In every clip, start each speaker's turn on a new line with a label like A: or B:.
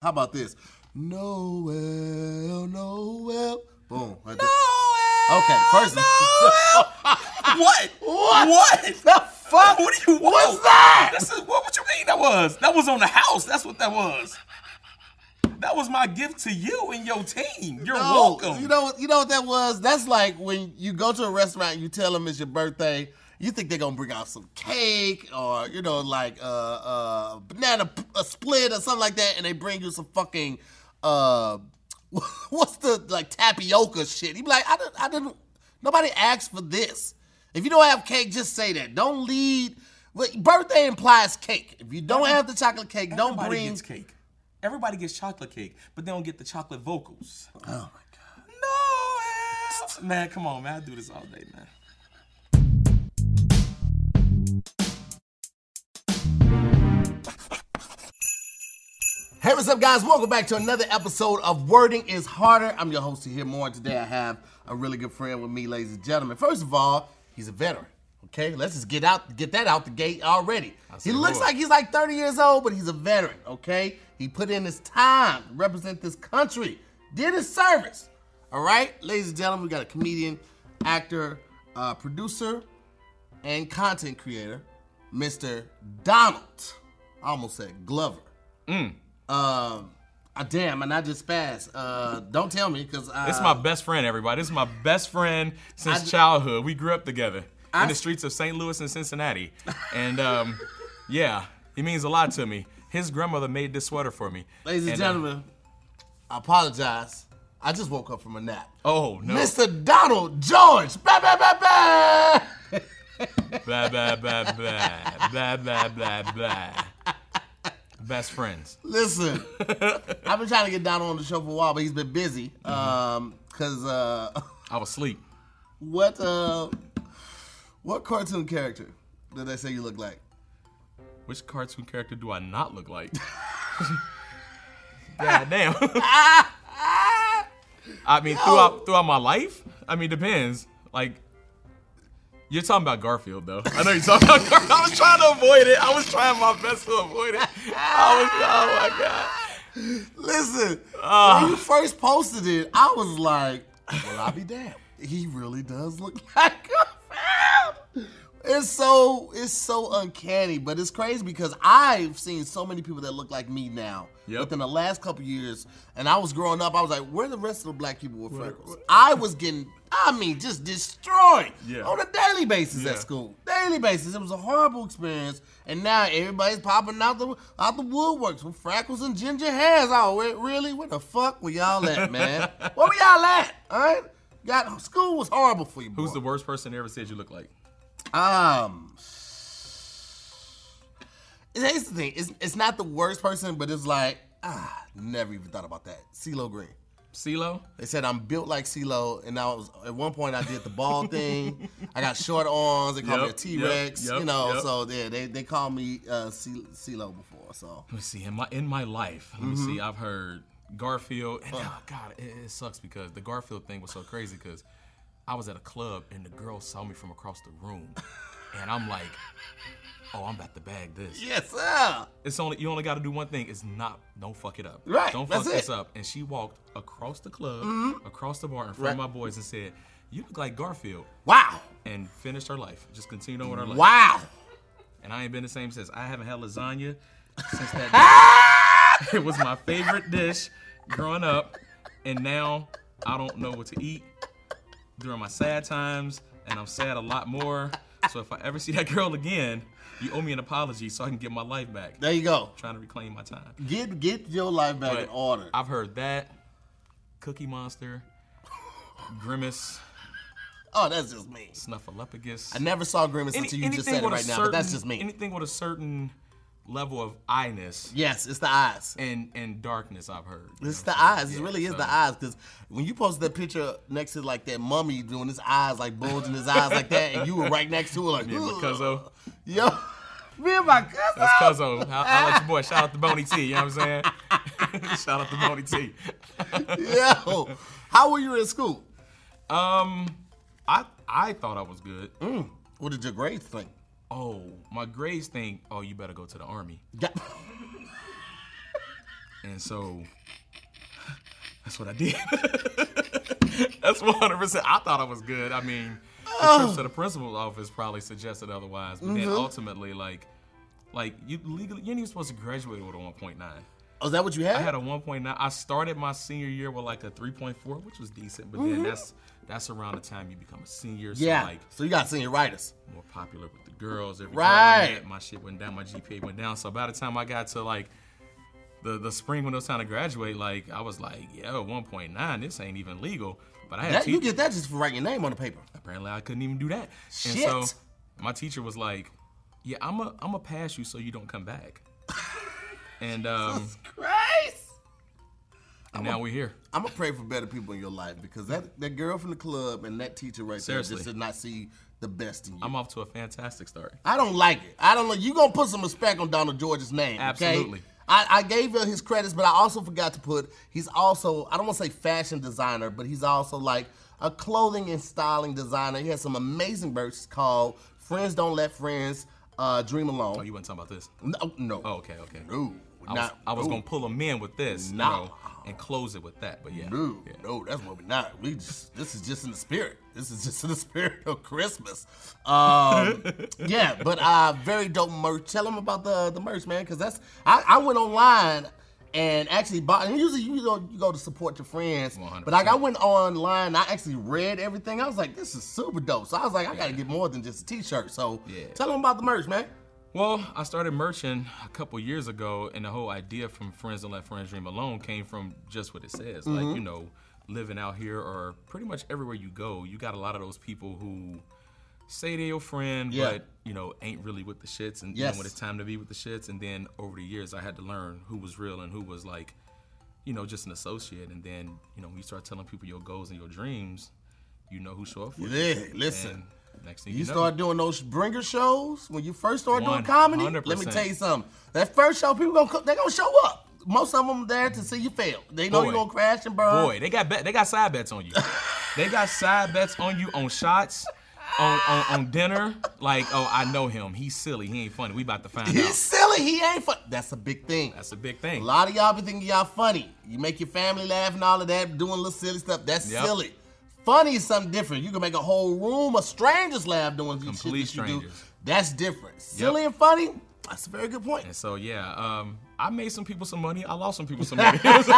A: How about this? Noel, Noel. Boom. Right there. Okay, first.
B: What? What? What? The fuck? What do you? What's that? This is what? What you mean that was? That was on the house. That's what that was. That was my gift to you and your team. You're
A: No,
B: welcome.
A: You know what? You know what that was? That's like when you go to a restaurant, and you tell them it's your birthday. You think they're gonna bring out some cake or you know like uh, uh, banana p- a split or something like that, and they bring you some fucking uh, what's the like tapioca shit? You be like, I didn't, I didn't. Nobody asked for this. If you don't have cake, just say that. Don't lead. well, Birthday implies cake. If you don't have the chocolate cake, don't
B: Everybody
A: bring.
B: gets cake. Everybody gets chocolate cake, but they don't get the chocolate vocals.
A: Oh
B: No, man, come on, man. I do this all day, man.
A: Hey, what's up, guys? Welcome back to another episode of Wording is Harder. I'm your host here more. Today I have a really good friend with me, ladies and gentlemen. First of all, he's a veteran. Okay, let's just get out, get that out the gate already. He looks like he's like 30 years old, but he's a veteran. Okay, he put in his time, to represent this country, did his service. All right, ladies and gentlemen, we got a comedian, actor, uh, producer, and content creator, Mr. Donald. I almost said Glover.
C: Mm.
A: Um, uh, damn, and I just spazzed. Uh, don't tell me, cause uh,
C: This is my best friend, everybody. This is my best friend since childhood. We grew up together in the streets of St. Louis and Cincinnati. And um, yeah, he means a lot to me. His grandmother made this sweater for me.
A: ladies and,
C: And, uh,
A: gentlemen. I apologize. I just woke up from a nap.
C: oh, no.
A: Mr. Donald George. Bah, bah, bah, bah.
C: Blah, blah, blah, blah. Blah, blah, blah, blah. Best friends.
A: Listen, I've been trying to get Donald on the show for a while, but he's been busy.
C: Mm-hmm.
A: Um, cause uh,
C: I was asleep.
A: what uh, what cartoon character did they say you look like?
C: Which cartoon character do I not look like? God damn. I mean, throughout throughout my life, I mean, depends. Like, you're talking about Garfield, though. I know you're talking about Garfield. I was trying to avoid it. I was trying my best to avoid it. I was, oh my god.
A: Listen,
C: Ah.
A: when you first posted it, I was like, well, I'll be damned. He really does look like a film. It's so it's so uncanny, but it's crazy because I've seen so many people that look like me now
C: Yep.
A: within the last couple years. And I was growing up, I was like, where the rest of the black people with freckles? I was getting, I mean, just destroyed
C: Yeah.
A: on a daily basis
C: Yeah.
A: at school. Daily basis. It was a horrible experience. And now everybody's popping out the out the woodworks with freckles and ginger hairs. Oh, wait, really? Where the fuck were y'all at, man? Where were y'all at? All right? Got school was horrible for you.
C: Who's
A: boy.
C: the worst person that ever said you look like?
A: um? and Here's the thing. It's it's not the worst person, but it's like ah, never even thought about that. CeeLo Green.
C: CeeLo?
A: They said I'm built like CeeLo, and I was at one point I did the ball thing. I got short arms. They called
C: Yep,
A: me a T-Rex.
C: yep,
A: you know,
C: yep.
A: so yeah, they they called me uh, C- CeeLo before. So
C: Let me see. In my in my life, let me see. I've heard Garfield, Mm-hmm. and oh God, it, it sucks because the Garfield thing was so crazy because I was at a club and the girl saw me from across the room, and I'm like, oh, I'm about to bag this.
A: yes, sir.
C: It's only you only got to do one thing. It's not don't fuck it up.
A: Right,
C: Don't
A: that's
C: fuck this
A: it. Mm-hmm.
C: up. And she walked across the club, across the bar in front of my
A: Right.
C: boys and said, "You look like Garfield,"
A: Wow,
C: and finished her life. Just continued on with her life.
A: wow.
C: And I ain't been the same since. I haven't had lasagna since that
A: Ah!
C: day. it was my favorite dish growing up. And now I don't know what to eat during my sad times. And I'm sad a lot more. So if I ever see that girl again, you owe me an apology so I can get my life back.
A: There you go.
C: trying to reclaim my time.
A: Get get your life back in
C: But
A: order.
C: I've heard that. Cookie Monster. Grimace.
A: oh, that's just me.
C: Snuffleupagus.
A: I never saw grimace
C: Any-
A: until you just said it
C: with a
A: right now, but that's
C: certain-
A: just me.
C: Anything with a certain level of I-ness
A: yes, it's the eyes.
C: and and darkness I've heard. you
A: It's
C: know
A: the
C: what I'm
A: eyes.
C: saying?
A: It
C: Yeah,
A: really is
C: so-
A: the eyes. Because when you posted that picture next to like that mummy doing his eyes, like bulging his eyes like that, and you were right next to it, like,
C: Yeah,
A: "Ugh."
C: but Cuzzo,
A: Yo, me and my cousin.
C: that's Cuzzo. I'll, I'll let your boy shout out to Boney T. You know what I'm saying? shout out to Boney T.
A: Yo, how were you in school?
C: Um, I I thought I was good.
A: What did your grades think?
C: Oh, my grades think. Oh, you better go to the army.
A: Yeah.
C: And so that's what I did. that's 100%. I thought I was good. I mean, the trips to the principal's office probably suggested otherwise. But then ultimately, like, like you legally, you ain't even supposed to graduate with a 1.9.
A: Oh, is that what you had?
C: I had a 1.9. I started my senior year with like a 3.4, which was decent. But then that's that's around the time you become a senior. So
A: yeah.
C: like
A: so you got senioritis.
C: more popular with the girls. Every
A: Right.
C: Time I met, my shit went down. My GPA went down. So by the time I got to like the the spring when it was time to graduate, like I was like, yo, 1.9. This ain't even legal. But I had
A: That, you
C: teach-
A: get that just for writing your name on the paper.
C: apparently I couldn't even do that. And
A: Shit.
C: so my teacher was like, yeah, I'm a I'm a pass you so you don't come back. and um,
A: Christ!
C: and now we're here.
A: I'm gonna pray for better people in your life because that, that girl from the club and that teacher right
C: Seriously.
A: there just did not see the best in you.
C: I'm off to a fantastic start.
A: I don't like it. I don't know. You gonna put some respect on Donald George's name?
C: Absolutely.
A: Okay? I, I gave her his credits, but I also forgot to put. He's also I don't want to say fashion designer, but he's also like a clothing and styling designer. He has some amazing books called "Friends Don't Let Friends uh, Dream Alone."
C: Oh, you weren't talking about this.
A: no, no,
C: Oh, okay, okay.
A: no,
C: I was,
A: not-
C: I was
A: no.
C: gonna pull them in with this,
A: Nah.
C: you know, and close it with that. But yeah,
A: No,
C: yeah.
A: no, that's what we not. We just this is just in the spirit. This is just in the spirit of Christmas. Um, yeah, but uh, very dope merch. Tell them about the the merch, man, because that's I, I went online and actually bought. And usually you go you go to support your friends, but like I went online, I actually read everything. I was like, this is super dope. So I was like, I gotta get more than just a t-shirt. So
C: Yeah.
A: tell them about the merch, man.
C: Well, I started merching a couple years ago, and the whole idea from Friends and Let Friends Dream Alone came from just what it says.
A: Mm-hmm.
C: Like, you know, living out here or pretty much everywhere you go, you got a lot of those people who say they your friend,
A: Yeah.
C: but, you know, ain't really with the shits. And you know,
A: Yes.
C: when it's time to be with the shits. And then over the years, I had to learn who was real and who was like, you know, just an associate. And then, you know, when you start telling people your goals and your dreams, you know who show up for you.
A: Yeah, listen.
C: And next thing you,
A: You
C: know,
A: start doing those bringer shows when you first start doing
C: One
A: comedy.
C: hundred
A: Let me
C: percent.
A: tell you something. That first show, people gonna co- they gonna show up. Most of them there to see you fail. They know
C: Boy.
A: you're gonna crash and burn.
C: Boy, they got bet. They got side bets on you. they got side bets on you on shots, on, on on dinner. Like, oh, I know him. He's silly. He ain't funny. We about to find
A: He's
C: out.
A: silly. He ain't fun. That's a big thing.
C: That's a big thing.
A: a lot of y'all be thinking y'all funny. You make your family laugh and all of that, doing little silly stuff. That's
C: Yep.
A: silly. Funny is something different. You can make a whole room of strangers laugh doing these shit
C: Complete
A: that you do.
C: strangers.
A: That's different. Silly and funny. That's a very good point.
C: And so yeah, um, I made some people some money. I lost some people some money. That's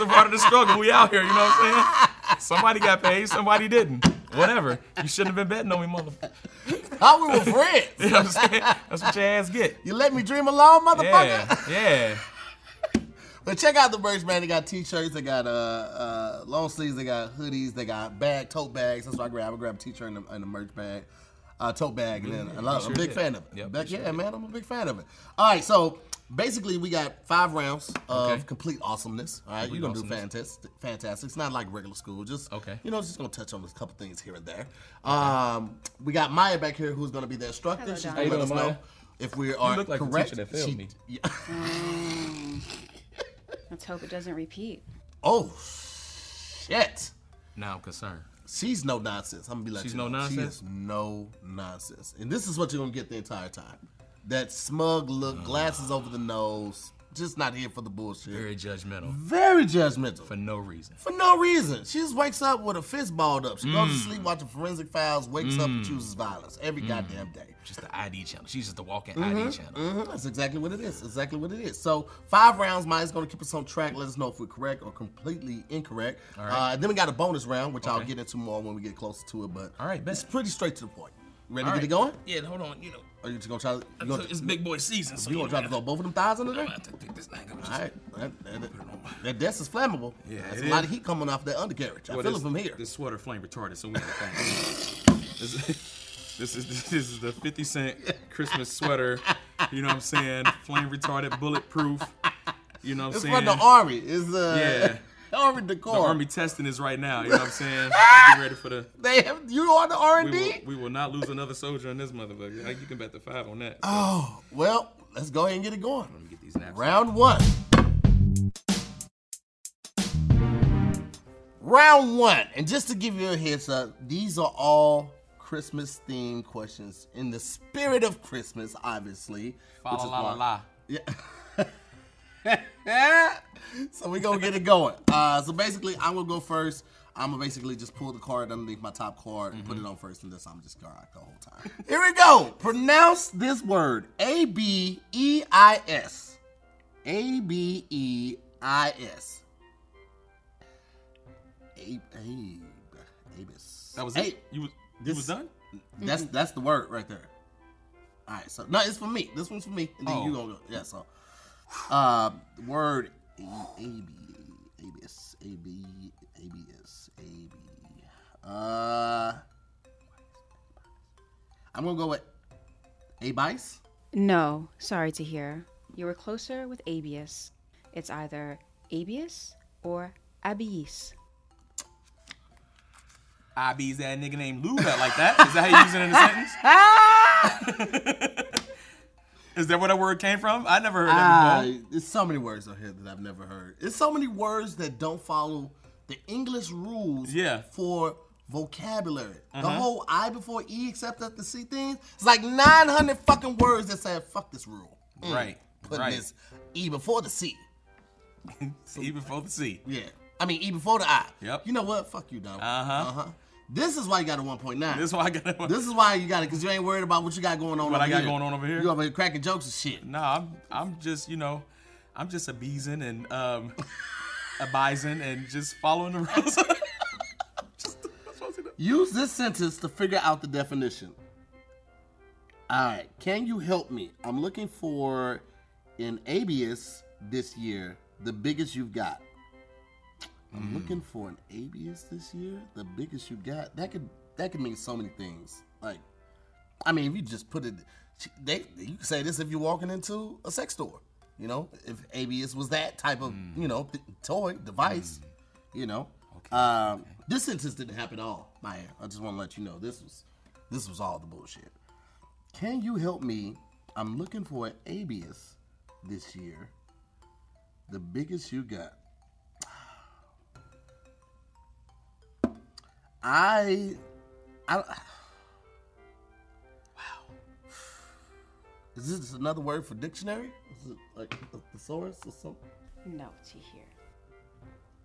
C: a part of the struggle. We out here, you know what I'm saying? Somebody got paid, somebody didn't. Whatever. You shouldn't have been betting on me, motherfucker.
A: How we were friends.
C: You know what I'm saying? That's what your ass get.
A: you let me dream alone, motherfucker.
C: Yeah, yeah.
A: But check out the merch, man. They got t-shirts, they got uh, uh long sleeves, they got hoodies, they got bag, tote bags. That's what I grab. I grab a t-shirt and a, and a merch bag, uh, tote bag, and then I love,
C: you
A: I'm a
C: Mm-hmm. sure
A: big
C: did.
A: fan of it.
C: Yep,
A: Back-
C: you sure
A: yeah,
C: did.
A: man, I'm a big fan of it. All right, so basically we got five rounds of
C: Okay.
A: complete awesomeness. All right,
C: Complete
A: you're gonna do
C: awesomeness.
A: fantastic, fantastic. It's not like regular school. Just
C: Okay.
A: you know, just gonna touch on a couple things here and there. Um, we got Maya back here who's gonna be the instructor.
D: Hello,
A: She's
D: Don.
A: gonna
D: How you
A: let us
C: doing, Maya?
A: know if we are
C: look like the
A: correct.
C: teacher that failed
A: She-
C: me.
A: Yeah.
D: Let's hope it doesn't repeat.
A: Oh shit.
C: Now I'm concerned.
A: She's no nonsense. I'm gonna be like,
C: She's
A: you
C: no
A: know, She
C: nonsense?
A: is no nonsense, and this is what you're gonna get the entire time. That smug look, glasses over the nose, just not here for the bullshit. Very,
C: Very judgmental
A: judgmental
C: for no reason.
A: for no reason. She just wakes up with a fist balled up. She goes
C: Mm.
A: to sleep watching Forensic Files, wakes up and chooses violence every goddamn day.
C: Just the ID channel. She's just the walking ID channel.
A: Mhm, That's exactly what it is. Exactly what it is. So five rounds. Maya's going to keep us on track. Let us know if we're correct or completely incorrect.
C: right.
A: uh, then we got a bonus round, which I'll
C: Okay.
A: get into more when we get closer to it. But
C: All right, bet.
A: it's pretty straight to the point. You ready
C: All
A: to get
C: right.
A: it going?
C: Yeah, hold on. You know,
A: Or you just gonna try? To, you
C: so
A: gonna,
C: it's big boy season, so
A: you gonna try to throw both of them thighs under there?
C: I think think this thing. I'm just,
A: All right. That, that, that, that desk is flammable.
C: Yeah,
A: That's
C: it
A: a lot
C: is.
A: of heat coming off that undercarriage. I
B: Well,
A: feel
B: this-
A: it from here.
B: This sweater flame retarded, so we have to thank this, this is this is the 50 cent Christmas sweater. You know what I'm saying? Flame retarded, bulletproof. You know what I'm
A: it's
B: saying?
A: from the army. It's uh, army decor.
B: The army testing is right now. You know what I'm saying? Get ready for the.
A: They have you on the R and
B: We will,
A: D.
B: we will not lose another soldier in this motherfucker. Like, you can bet the five on that.
A: Oh well, let's go ahead and get it going.
B: Let me get these naps.
A: Round one. Round one. And just to give you a heads up, these are all Christmas themed questions in the spirit of Christmas, obviously.
C: Fa la la la la.
A: Yeah. so we gonna get it going. Uh, so basically, I'm gonna go first. I'm gonna basically just pull the card underneath my top card and
B: Mm-hmm.
A: put it on first, and this I'm just gonna rock the whole time. Here we go. Pronounce this word: A B E I S. A B E I S. Abe. Abe. Abis.
B: That was
A: Abe.
B: it. You was, you
A: This-
B: was done.
A: That's that's the word right there. All right, so no, it's for me. This one's for me, and then you
B: Oh.
A: gonna go. Yeah, so uh, word A B A B S A B A B S A B. Uh, I'm gonna go with A bice.
D: No, sorry to hear. You were closer with Abius. It's either Abius or Abies.
B: I bees that nigga named Lou that like that. Is that how you use it in a sentence? Is that where that word came from? I never heard that
A: Ah,
B: before.
A: there's so many words out here that I've never heard. There's so many words that don't follow the English rules
B: Yeah. Uh-huh.
A: for vocabulary. The whole I before E except after C things. It's like 900 fucking words that say fuck this rule. Mm,
B: Right,
A: Putting
B: right.
A: this E before the C. Mm.
B: Even for the C.
A: Yeah. I mean E before the I.
B: Yep.
A: You know what? Fuck you, dog.
B: Uh-huh.
A: Uh-huh. This is why you got a 1.9.
B: This why I got
A: This is why you got it, because you ain't worried about what you got going on
B: What
A: over
B: I got
A: here.
B: going on over here?
A: You over here cracking jokes and shit.
B: Nah, I'm I'm just you know, I'm just a beeson and um, a bison and just following the rules. just that's what I said.
A: Use this sentence to figure out the definition. All right, can you help me? I'm looking for an ABS this year, the biggest you've got. I'm looking for an ABS this year, the biggest you got. That could that could mean so many things. Like, I mean, if you just put it, they you could say this if you're walking into a sex store. You know, if ABS was that type of you know th- toy device, you know. um, This sentence didn't happen at all, Maya. I just want to let you know this was this was all the bullshit. Can you help me? I'm looking for an ABS this year. The biggest you got. I, I. Wow. Is this another word for dictionary? Is it like a thesaurus or something?
D: No to hear.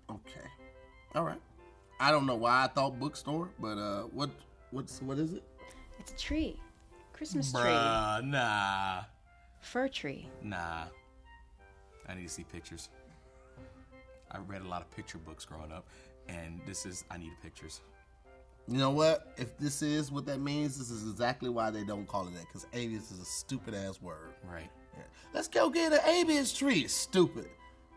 A: Okay. All right. I don't know why I thought bookstore, but uh, what what's what is it?
D: It's a tree. Christmas tree.
B: Bruh, nah,
D: Fir tree.
B: nah. I need to see pictures. I read a lot of picture books growing up, and this is I need pictures.
A: You know what? If this is what that means, this is exactly why they don't call it that. Because avius is a stupid ass word.
B: Right.
A: Yeah. Let's go get an avius tree. Stupid,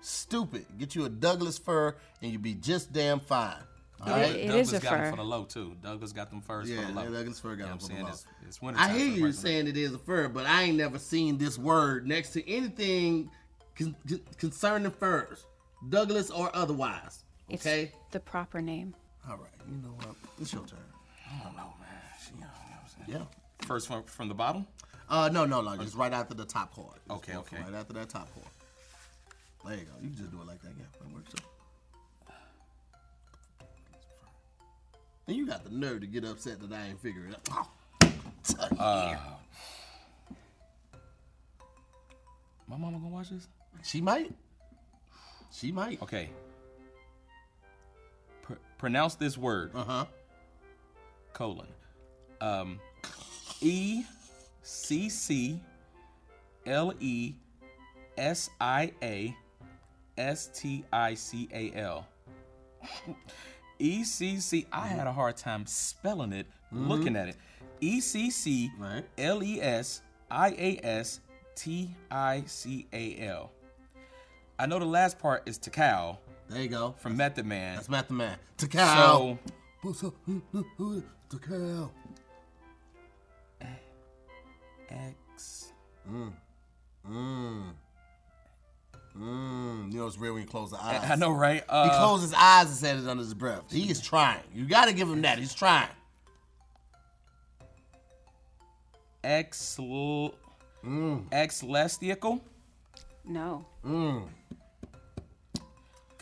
A: stupid. Get you a Douglas fir, and you be just damn fine. All
D: It-
A: right.
D: it
B: Douglas
D: is a
B: got them
D: fur.
B: for the low too. Douglas got them first
A: Yeah,
B: for the low.
A: yeah, Douglas fur got
B: You know
A: them
B: what I'm
A: for the
B: saying
A: low.
B: It's, it's winter
A: I
B: time,
A: hear
B: so the
A: you
B: price of-
A: saying it is a fur, but I ain't never seen this word next to anything con- con- concerning furs, Douglas or otherwise.
D: It's
A: Okay.
D: the proper name.
A: All right. You know what? It's your turn.
B: I don't know, man. You know what I'm saying?
A: Yeah.
B: First from from the bottom.
A: Uh, no, no, no. Just right after the top chord. Just
B: Okay,
A: one from
B: okay.
A: Right after that top chord. There you go. You can just do it like that. Yeah, that works. too. And you got the nerve to get upset that I ain't figuring it out.
B: Uh, My mama gonna watch this.
A: she might. She might.
B: Okay. Pr- pronounce this word.
A: Uh huh.
B: Colon. Um, E C C L E S I A S T I C A L. E C C. I had a hard time spelling it, looking at it. E C C
A: Mm-hmm. Right.
B: L E S I A S T I C A L. I know the last part is Takao
A: There you go.
B: from Method Man.
A: That's Math the Man. To
B: So
A: Cal. What's up? Who- who- who- To Cal.
B: X.
A: Mm, you know it's real when you close the eyes.
B: I know, right?
A: He
B: Uh,
A: closed his eyes and said it under his breath. He is trying. You got to give him that. He's trying.
B: ex
A: Mm.
B: exlestical.
D: No.
B: Can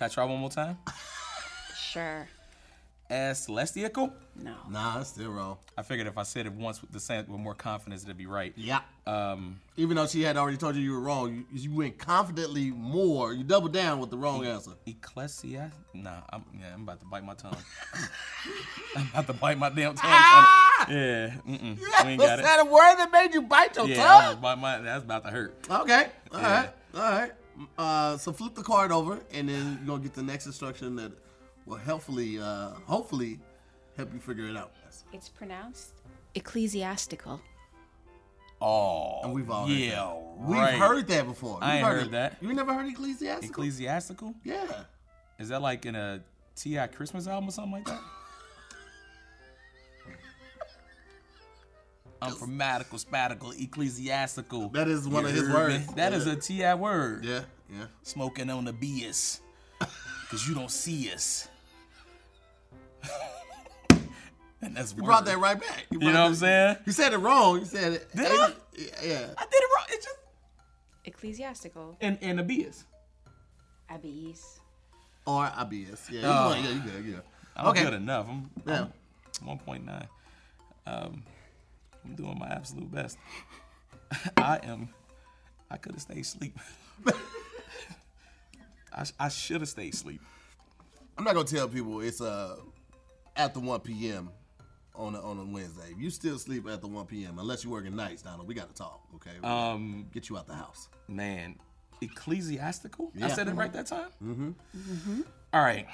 B: I try one more time?
D: Sure.
B: Exlestical.
D: No.
A: Nah, that's still wrong.
B: I figured if I said it once with the same with more confidence, it'd be right.
A: Yeah.
B: Um,
A: Even though she had already told you you were wrong, you, you went confidently more. You doubled down with the wrong answer.
B: Ecclesia? Nah, I'm, yeah, I'm about to bite my tongue. I'm about to bite my damn tongue.
A: Ah!
B: tryna- yeah, mm-mm, we ain't
A: Was
B: got it.
A: that a word that made you bite your
B: Yeah, I'm
A: tongue?
B: about to bite my, that's about to hurt.
A: Okay. all
B: Yeah.
A: right, All right. Uh, so flip the card over, and then you're gonna get the next instruction that will helpfully, uh, hopefully, help you figure it out.
D: It's pronounced ecclesiastical.
B: Oh,
A: And we've all heard
B: yeah,
A: that. We've
B: right.
A: heard that before.
B: I
A: You've
B: ain't heard
A: it.
B: that.
A: You ain't never heard ecclesiastical?
B: ecclesiastical.
A: yeah.
B: Is that like in a Ti Christmas album or something like that? I'm grammatical, spatical, ecclesiastical.
A: That is one
B: You
A: of his
B: heard me?
A: words.
B: That
A: Yeah.
B: is a Ti word.
A: Yeah. Yeah.
B: Smoking on the BS, cause you don't see us. and that's
A: You brought that right back.
B: You know what I'm saying?
A: You said it wrong. You said it.
B: Did I?
A: Yeah.
B: I did it wrong. It's just
D: Ecclesiastical.
B: and and the BS.
D: Abies.
A: Or IBS. Yeah. You
B: Oh.
A: won. Yeah. You good. Yeah.
B: I'm
A: okay.
B: good enough. I'm,
A: Yeah.
B: I'm 1.9. Um, I'm doing my absolute best. I am. I could have stayed asleep. I, sh- I should have stayed asleep.
A: I'm not gonna tell people it's uh after 1 p.m. on a, on a Wednesday. If you still sleep after 1 p.m. unless you're working nights, Donald, we gotta talk. Okay.
B: Uh,
A: Um. Get you out the house.
B: Man, ecclesiastical. I
A: Yeah.
B: said it right that time. Mm-hmm. All right.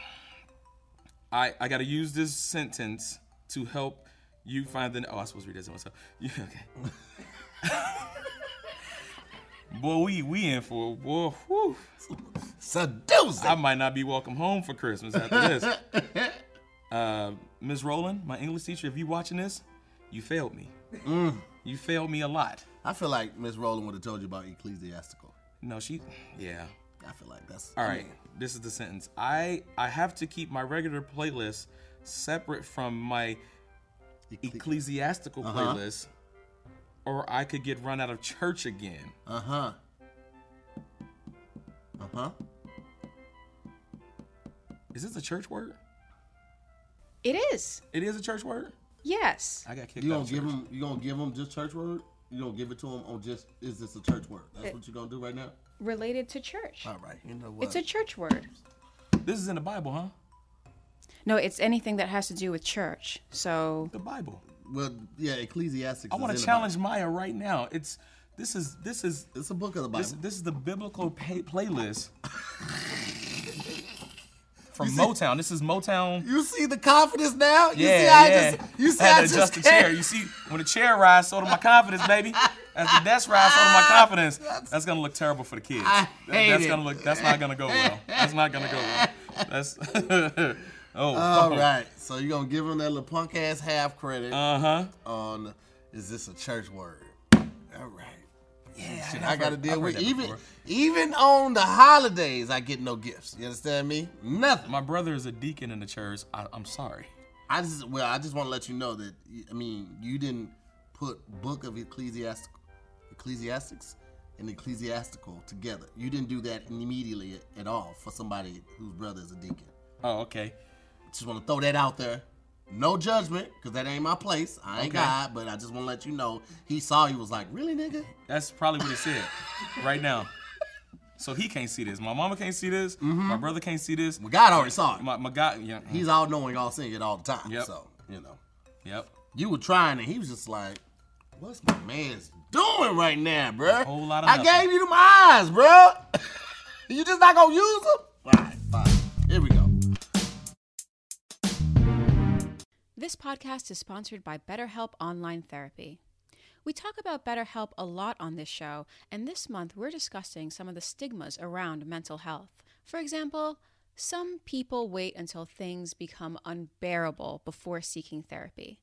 B: I I gotta use this sentence to help you find the. Oh, I supposed to read this to myself. Yeah, okay. boy, we we in for boy. Whew.
A: Seducing.
B: I might not be welcome home for Christmas after this. uh, Miss Rowland, my English teacher, if you watching this, you failed me.
A: Mm.
B: You failed me a lot.
A: I feel like Miss Rowland would have told you about ecclesiastical.
B: No, she, yeah.
A: I feel like that's
B: All right,
A: Mm.
B: this is the sentence. I I have to keep my regular playlist separate from my ecclesiastical
A: Uh-huh.
B: playlist, or I could get run out of church again.
A: Uh huh. Uh huh.
B: Is this a church word?
D: It is.
B: It is a church word.
D: Yes.
B: I got kicked
A: You gonna
B: out. of
A: give
B: church.
A: him? You gonna give him just church word? You gonna give it to him on just? Is this a church word? That's what you gonna do right now?
D: Related to church.
A: All right. You know Oh, what?
D: It's a church word.
B: This is in the Bible, huh?
D: No, it's anything that has to do with church. So
B: The Bible.
A: well, yeah. Ecclesiastes.
B: I want to challenge Maya right now. It's this is this is
A: It's a book of the Bible.
B: this, this is the biblical pay- playlist from
A: You see-
B: Motown. This is Motown.
A: you see the confidence now? You
B: yeah,
A: see how
B: yeah.
A: I just you see
B: I
A: how
B: had
A: I just
B: to adjust the
A: came-
B: chair. You see, when the chair rides, so do my confidence, baby. As the desk rides, so do my confidence. That's gonna look terrible for the kids.
A: Ah, I
B: That-
A: hate
B: that's
A: it.
B: gonna look. That's not gonna go well. That's not gonna go well. That's. oh.
A: All right. So you gonna give him that little punk ass half credit
B: Uh huh.
A: on is this a church word? All right. Yeah,
B: Shit,
A: I
B: I've
A: gotta
B: heard-
A: deal
B: I've heard
A: with
B: that
A: even
B: before.
A: even on the holidays I get no gifts. You understand me? Nothing.
B: My brother is a deacon in the church. I, I'm sorry.
A: I just well, I just want to let you know that I mean you didn't put book of ecclesiastic, ecclesiastics, and ecclesiastical together. You didn't do that immediately at all for somebody whose brother is a deacon.
B: Oh, okay.
A: Just want to throw that out there. No judgment, cause that ain't my place. I ain't
B: Okay.
A: God, but I just want to let you know he saw you was like, really, nigga.
B: That's probably what it said right now. So he can't see this. My mama can't see this.
A: Mm-hmm.
B: My brother can't see this.
A: Well, God already saw it.
B: My, my God, yeah.
A: He's all knowing, all seeing it all the time.
B: Yep.
A: So you know,
B: Yep.
A: you were trying, and he was just like, "What's my man's doing right now, bruh?
B: whole lot of
A: I
B: nothing.
A: gave you them eyes, bruh. you just not gonna use them? All right, fine. Here we go.
D: This podcast is sponsored by BetterHelp Online Therapy. We talk about BetterHelp a lot on this show, and this month we're discussing some of the stigmas around mental health. For example, some people wait until things become unbearable before seeking therapy.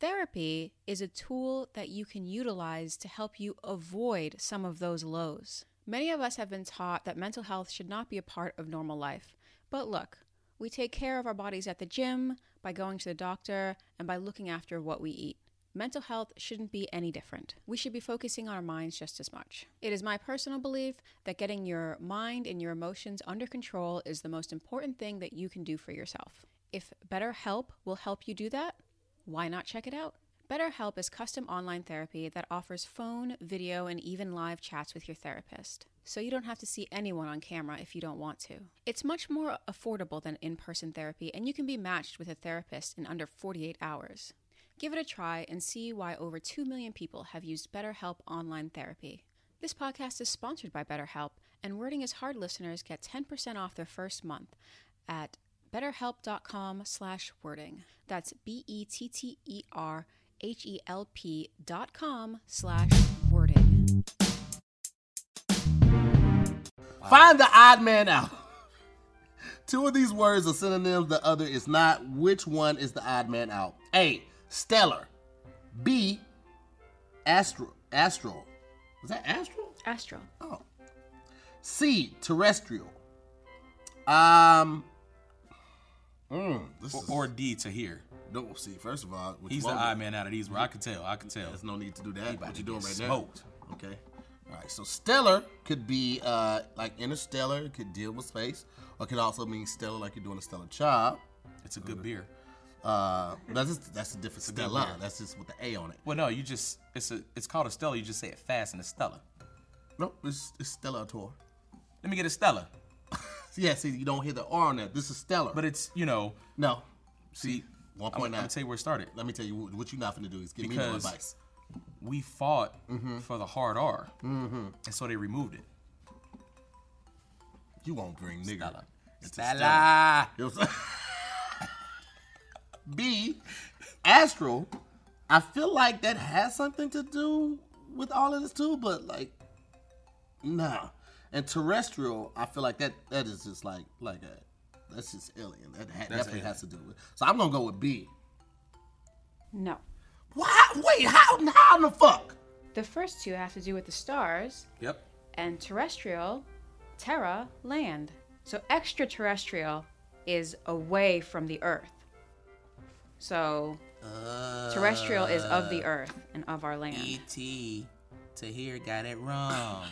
D: Therapy is a tool that you can utilize to help you avoid some of those lows. Many of us have been taught that mental health should not be a part of normal life. But look, we take care of our bodies at the gym, by going to the doctor, and by looking after what we eat. Mental health shouldn't be any different. We should be focusing on our minds just as much. It is my personal belief that getting your mind and your emotions under control is the most important thing that you can do for yourself. If BetterHelp will help you do that, why not check it out? BetterHelp is custom online therapy that offers phone, video, and even live chats with your therapist. So you don't have to see anyone on camera if you don't want to. It's much more affordable than in person therapy, and you can be matched with a therapist in under 48 hours. Give it a try and see why over 2 million people have used BetterHelp online therapy. This podcast is sponsored by BetterHelp, and Wording is Hard listeners get 10% off their first month at betterhelp.com slash wording. That's E B-E-T-T-E-R-H-E-L-P E dot com slash wording.
A: Find the odd man out. Two of these words are synonyms, the other is not. Which one is the odd man out? A. Stellar. B. Astral. Astral. Is that astral?
D: Astral.
A: Oh. C. Terrestrial. Um. Mm, this
B: Or,
A: is,
B: or D to here.
A: no, see, first of all, which
B: He's the
A: one-
B: odd man out of these. Where I could tell. I could tell.
A: There's no need to do that.
B: about
A: What
B: to
A: you doing right
B: get smoked.
A: now? Okay. All right. So stellar could be uh, like interstellar. It could deal with space, or it could also mean stellar, like you're doing a stellar job.
B: It's a good beer.
A: Uh, that's just, that's a different
B: good
A: stellar.
B: word.
A: That's just with the A on it.
B: Well, no, you just it's a it's called a Stella. You just say it fast and it's Stella.
A: Nope, it's, it's stellar tour.
B: Let me get a Stella.
A: Yeah, see, you don't hear the R on that. This is stellar.
B: But it's you know
A: no,
B: see
A: one
B: I'm, I'm
A: point nine.
B: gonna tell you where it started.
A: Let me tell you what what you're not gonna do is give me no
B: Because-
A: advice.
B: We fought for the hard R, and so they removed it.
A: You won't bring nigga.
B: Stella.
A: It's a
B: Stella.
A: It was- B, astral. I feel like that has something to do with all of this too, but like, nah. And terrestrial, I feel like that that is just like like a that's just alien. That ha- definitely
B: alien.
A: has to do with. So I'm gonna go with B.
D: No.
A: Why? Wait, how how in the fuck?
D: The first two have to do with the stars
B: Yep.
D: and terrestrial, terra, land. So extraterrestrial is away from the earth. So
B: Uh,
D: terrestrial is of the earth and of our land.
B: E.T. E to here got it wrong.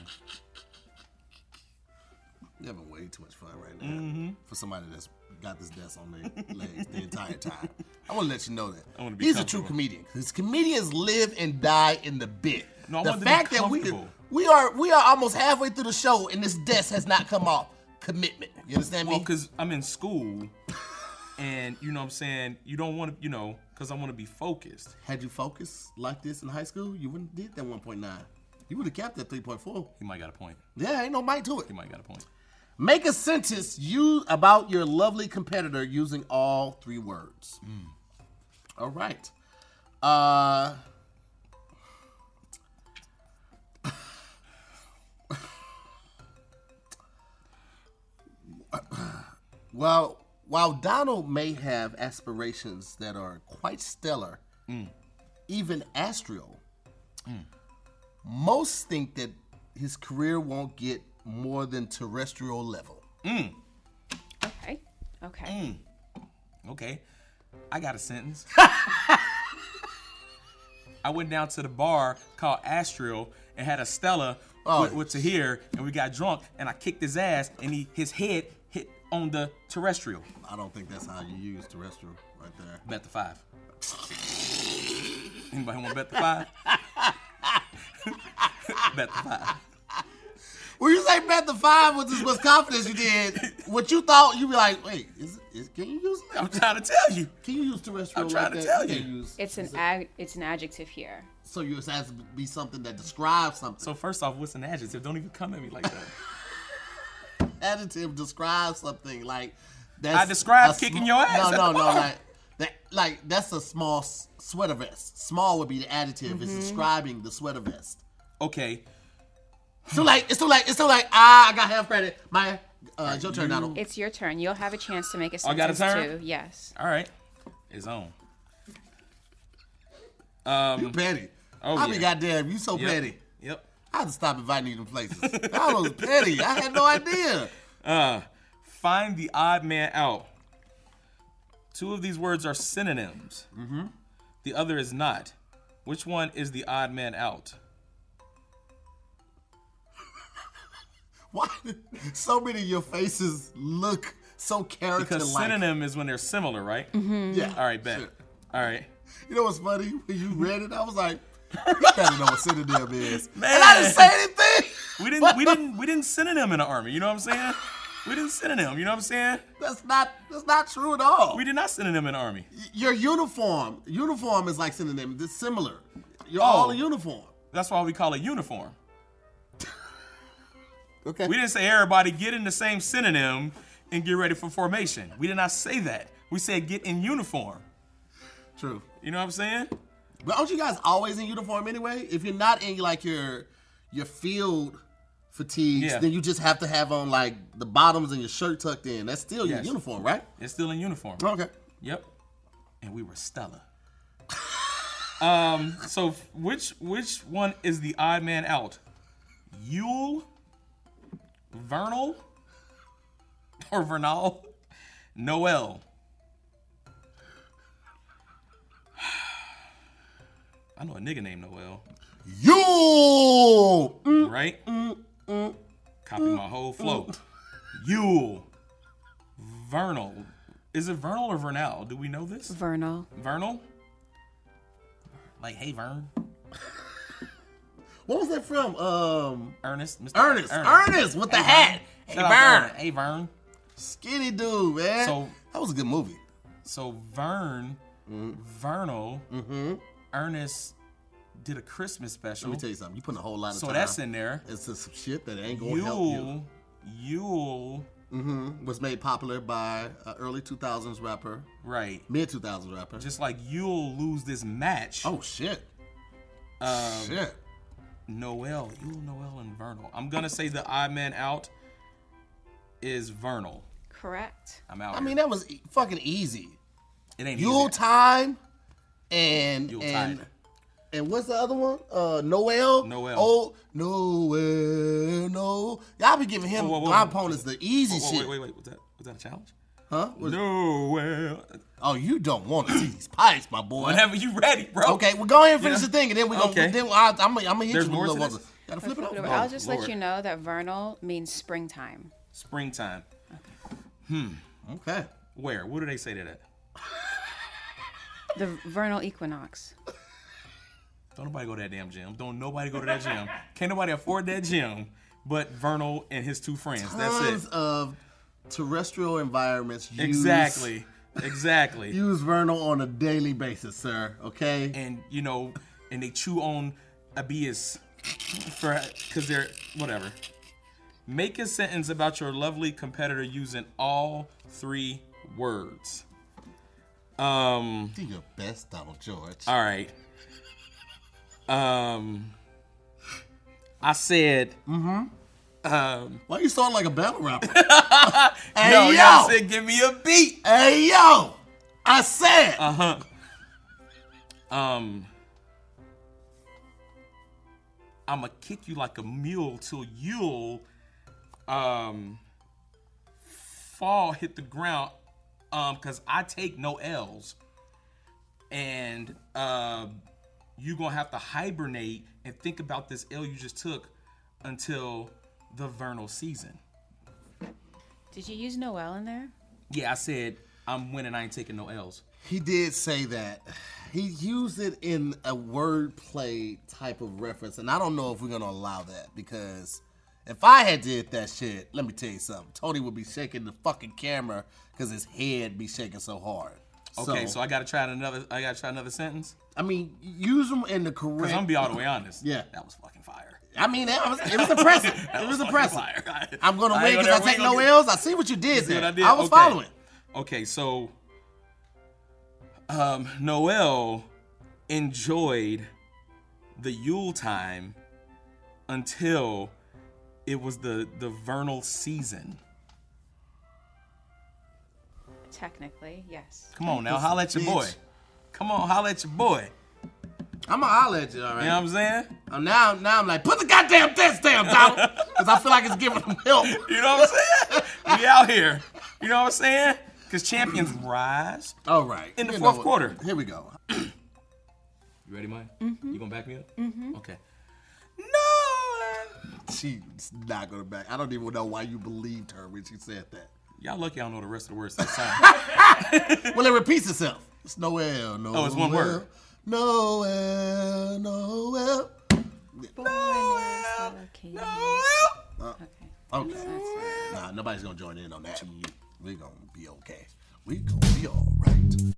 A: You're having way too much fun right now
B: Mm-hmm.
A: for somebody that's got this desk on their legs the entire time. I want to let you know that.
B: wanna be
A: He's a true comedian. Because comedians live and die in the bit.
B: No, I
A: the
B: wanted to be
A: fact that we
B: comfortable.
A: we are we are almost halfway through the show and this desk has not come off. Commitment. You understand
B: well,
A: me?
B: because Oh, I'm in school, and you know what I'm saying you don't want to you know because I want to be focused.
A: Had you focused like this in high school, you wouldn't did that 1.9. You would have kept that 3.4.
B: You might got a point.
A: Yeah, ain't no mic to it.
B: You might got a point.
A: Make a sentence you about your lovely competitor using all three words. All right. Uh Well, while Donald may have aspirations that are quite stellar, even astral, most think that his career won't get more than terrestrial level.
D: Okay. Okay.
B: Mm. Okay. I got a sentence. I went down to the bar called Astral and had a Stella
A: Oh.
B: with, with Tahir, and we got drunk, and I kicked his ass, and he his head hit on the terrestrial.
A: I don't think that's how you use terrestrial right there.
B: Bet the five. Anybody want to bet the five? bet the five.
A: When you say bet the five with this with confidence you did, what you thought you be like, wait, is, is can you use
B: I'm trying to tell you.
A: can you use terrestrial?
B: I'm trying
A: like
B: to
A: that?
B: tell
A: can't
B: you.
A: use-
D: It's an ag- it's an adjective here.
A: so you it has to be something that describes something.
B: So first off, what's an adjective? Don't even come at me like that.
A: adjective describes something like that's
B: I described
A: a sm-
B: kicking your ass
A: No,
B: at
A: no,
B: the
A: no,
B: bar.
A: like that, like that's a small s- sweater vest. Small would be the adjective. It's describing the sweater vest.
B: Okay.
A: So like it's so like it's so like ah, I got half credit. My uh, your turn, Donald.
D: It's your turn. You'll have a chance to make a
B: I got a
D: sentence
B: turn?
D: too. Yes.
B: All right. It's on.
A: You petty.
B: Oh,
A: I be
B: yeah.
A: goddamn. You so
B: Yep.
A: petty.
B: Yep.
A: I had to stop inviting you to places. I was petty. I had no idea.
B: Uh, find the odd man out. Two of these words are synonyms. Mm-hmm. The other is not. Which one is the odd man out?
A: Why did so many of your faces look so character
B: Because
A: like? Mm-hmm.
B: synonym is when they're similar, right?
A: Yeah.
B: All right, bet.
A: Sure.
B: All right.
A: You know what's funny? When you read it, I was like, you gotta know what synonym is.
B: Man.
A: And I didn't say anything.
B: We didn't we didn't we didn't send him in the army, you know what I'm saying? We didn't send him, you know what I'm saying?
A: That's not that's not true at all.
B: We did not send him in the army.
A: Your uniform, uniform is like synonym. It's similar. You're all
B: Oh.
A: in uniform.
B: That's why we call it uniform.
A: Okay.
B: We didn't say everybody get in the same synonym and get ready for formation. We did not say that. We said get in uniform.
A: True.
B: You know what I'm saying?
A: But aren't you guys always in uniform anyway? If you're not in like your your field fatigues,
B: Yeah.
A: then you just have to have on like the bottoms and your shirt tucked in. That's still your
B: Yes.
A: uniform, right?
B: It's still in uniform.
A: Okay.
B: Yep. And we were Stella. um, so f- which which one is the odd man out? Yule, Vernal, or Vernal? Noel. I know a nigga named Noel,
A: You
B: right? Copy my whole flow. Yule, Vernal. Is it Vernal or Vernal? Do we know this?
D: Vernal.
B: Vernal? Like, hey, Vern.
A: What was that from? Um
B: Ernest. Mr.
A: Ernest. Ernest, with the hat. Hey
B: Shout out
A: Vern.
B: to Hey, Vern.
A: Skinny dude, man.
B: So-
A: that was a good movie.
B: So, Vern,
A: Mm-hmm.
B: Vernal, Ernest did a Christmas special.
A: Let me tell you something. You putting a whole lot of
B: so,
A: time.
B: that's in there.
A: It's just some shit that ain't gonna help you.
B: Yule, Yule,
A: hmm Was made popular by an early 2000s rapper,
B: right.
A: mid 2000s rapper.
B: Just like you'll lose this match.
A: oh shit.
B: um,
A: shit.
B: Noel, Yule, Noel, and Vernal. I'm going to say the odd man out is Vernal.
D: Correct.
B: I'm out.
A: I
B: here.
A: mean, that was e- fucking easy.
B: it ain't
A: Yule
B: easy.
A: time, and
B: Yuletide.
A: and and what's the other one? Uh, Noel.
B: Noel.
A: Oh, Noel. No, y'all be giving him
B: Whoa, whoa, whoa.
A: my opponents the easy
B: Whoa,
A: shit,
B: wait, wait, wait. Was that, was that a challenge?
A: huh? Was-
B: No, well.
A: Oh, you don't want to see these pipes, my boy.
B: Whenever you ready, bro.
A: Okay, well go ahead and finish
B: Yeah.
A: the thing, and then we gonna
B: Okay.
A: then I, I'm gonna I'm gonna hit
B: There's
A: you
B: more
A: with a
B: to
A: little
B: this?
A: other. Gotta flip it
D: Flip it
A: over.
D: over. I'll just let
B: Oh, Lord.
D: you know that vernal means springtime.
B: Springtime.
A: Okay.
B: Where? What do they say that at?
D: The vernal equinox.
B: Don't nobody go to that damn gym. Don't nobody go to that gym. Can't nobody afford that gym but Vernal and his two friends.
A: Tons
B: That's it.
A: of terrestrial environments use
B: Exactly. Exactly.
A: use vernal on a daily basis, sir. Okay.
B: And, you know, and they chew on Abias for, because they're, whatever. Make a sentence about your lovely competitor using all three words. Um.
A: Do your best, Donald George.
B: All right. Um, I said. Um,
A: Why you sound like a battle rapper? hey
B: no, y'all
A: yo,
B: said give me a beat.
A: hey yo, I said.
B: Uh huh. Um, I'ma kick you like a mule till you'll um fall, hit the ground. Um, cause I take no L's, and um, you gonna have to hibernate and think about this L you just took until the vernal season.
D: Did you use Noel in there?
B: Yeah, I said I'm winning. I ain't taking no L's.
A: He did say that. He used it in a wordplay type of reference, and I don't know if we're gonna allow that because if I had did that shit, let me tell you something. Tony would be shaking the fucking camera because his head be shaking so hard.
B: Okay, so, I gotta try another. I gotta try another sentence.
A: I mean, use them in the correct.
B: Cause I'm gonna be all the way honest.
A: Yeah.
B: that was fucking fire.
A: I mean, that was, it was impressive.
B: That
A: it was
B: fucking
A: impressive.
B: fire.
A: I'm gonna
B: ain't
A: win because
B: gonna-
A: I
B: we
A: take
B: gonna
A: no
B: get-
A: L's. I see what you did
B: See
A: there.
B: what
A: I,
B: I did?
A: was
B: Okay.
A: following.
B: Okay, so, um, Noel enjoyed the Yule time until it was the the vernal season.
D: Technically, yes.
B: Come on now, holla at your boy.
A: Bitch.
B: Come on, holla at your boy.
A: I'm gonna holler at you, all right?
B: You know what I'm saying?
A: Uh, Now, now I'm like, put the goddamn test down, Donald, because I feel like it's giving them help.
B: You know what I'm saying? we out here. You know what I'm saying? Cause champions rise.
A: All right.
B: In the
A: You
B: fourth
A: know what?
B: quarter.
A: Here we go.
B: You ready, Maya? You gonna back me up? Mm-hmm. Okay. No.
A: She's not gonna back. I don't even know why you believed her when she said that.
B: Y'all lucky I don't know the rest of the words to the song.
A: Well, it repeats itself. It's Noel. Noel.
B: Oh, it's one word.
A: Noel. Noel.
B: Noel. Noel.
D: Okay.
A: Okay.
D: That's right.
A: Nah, nobody's gonna join in on that. We're gonna be okay. We're gonna be all right.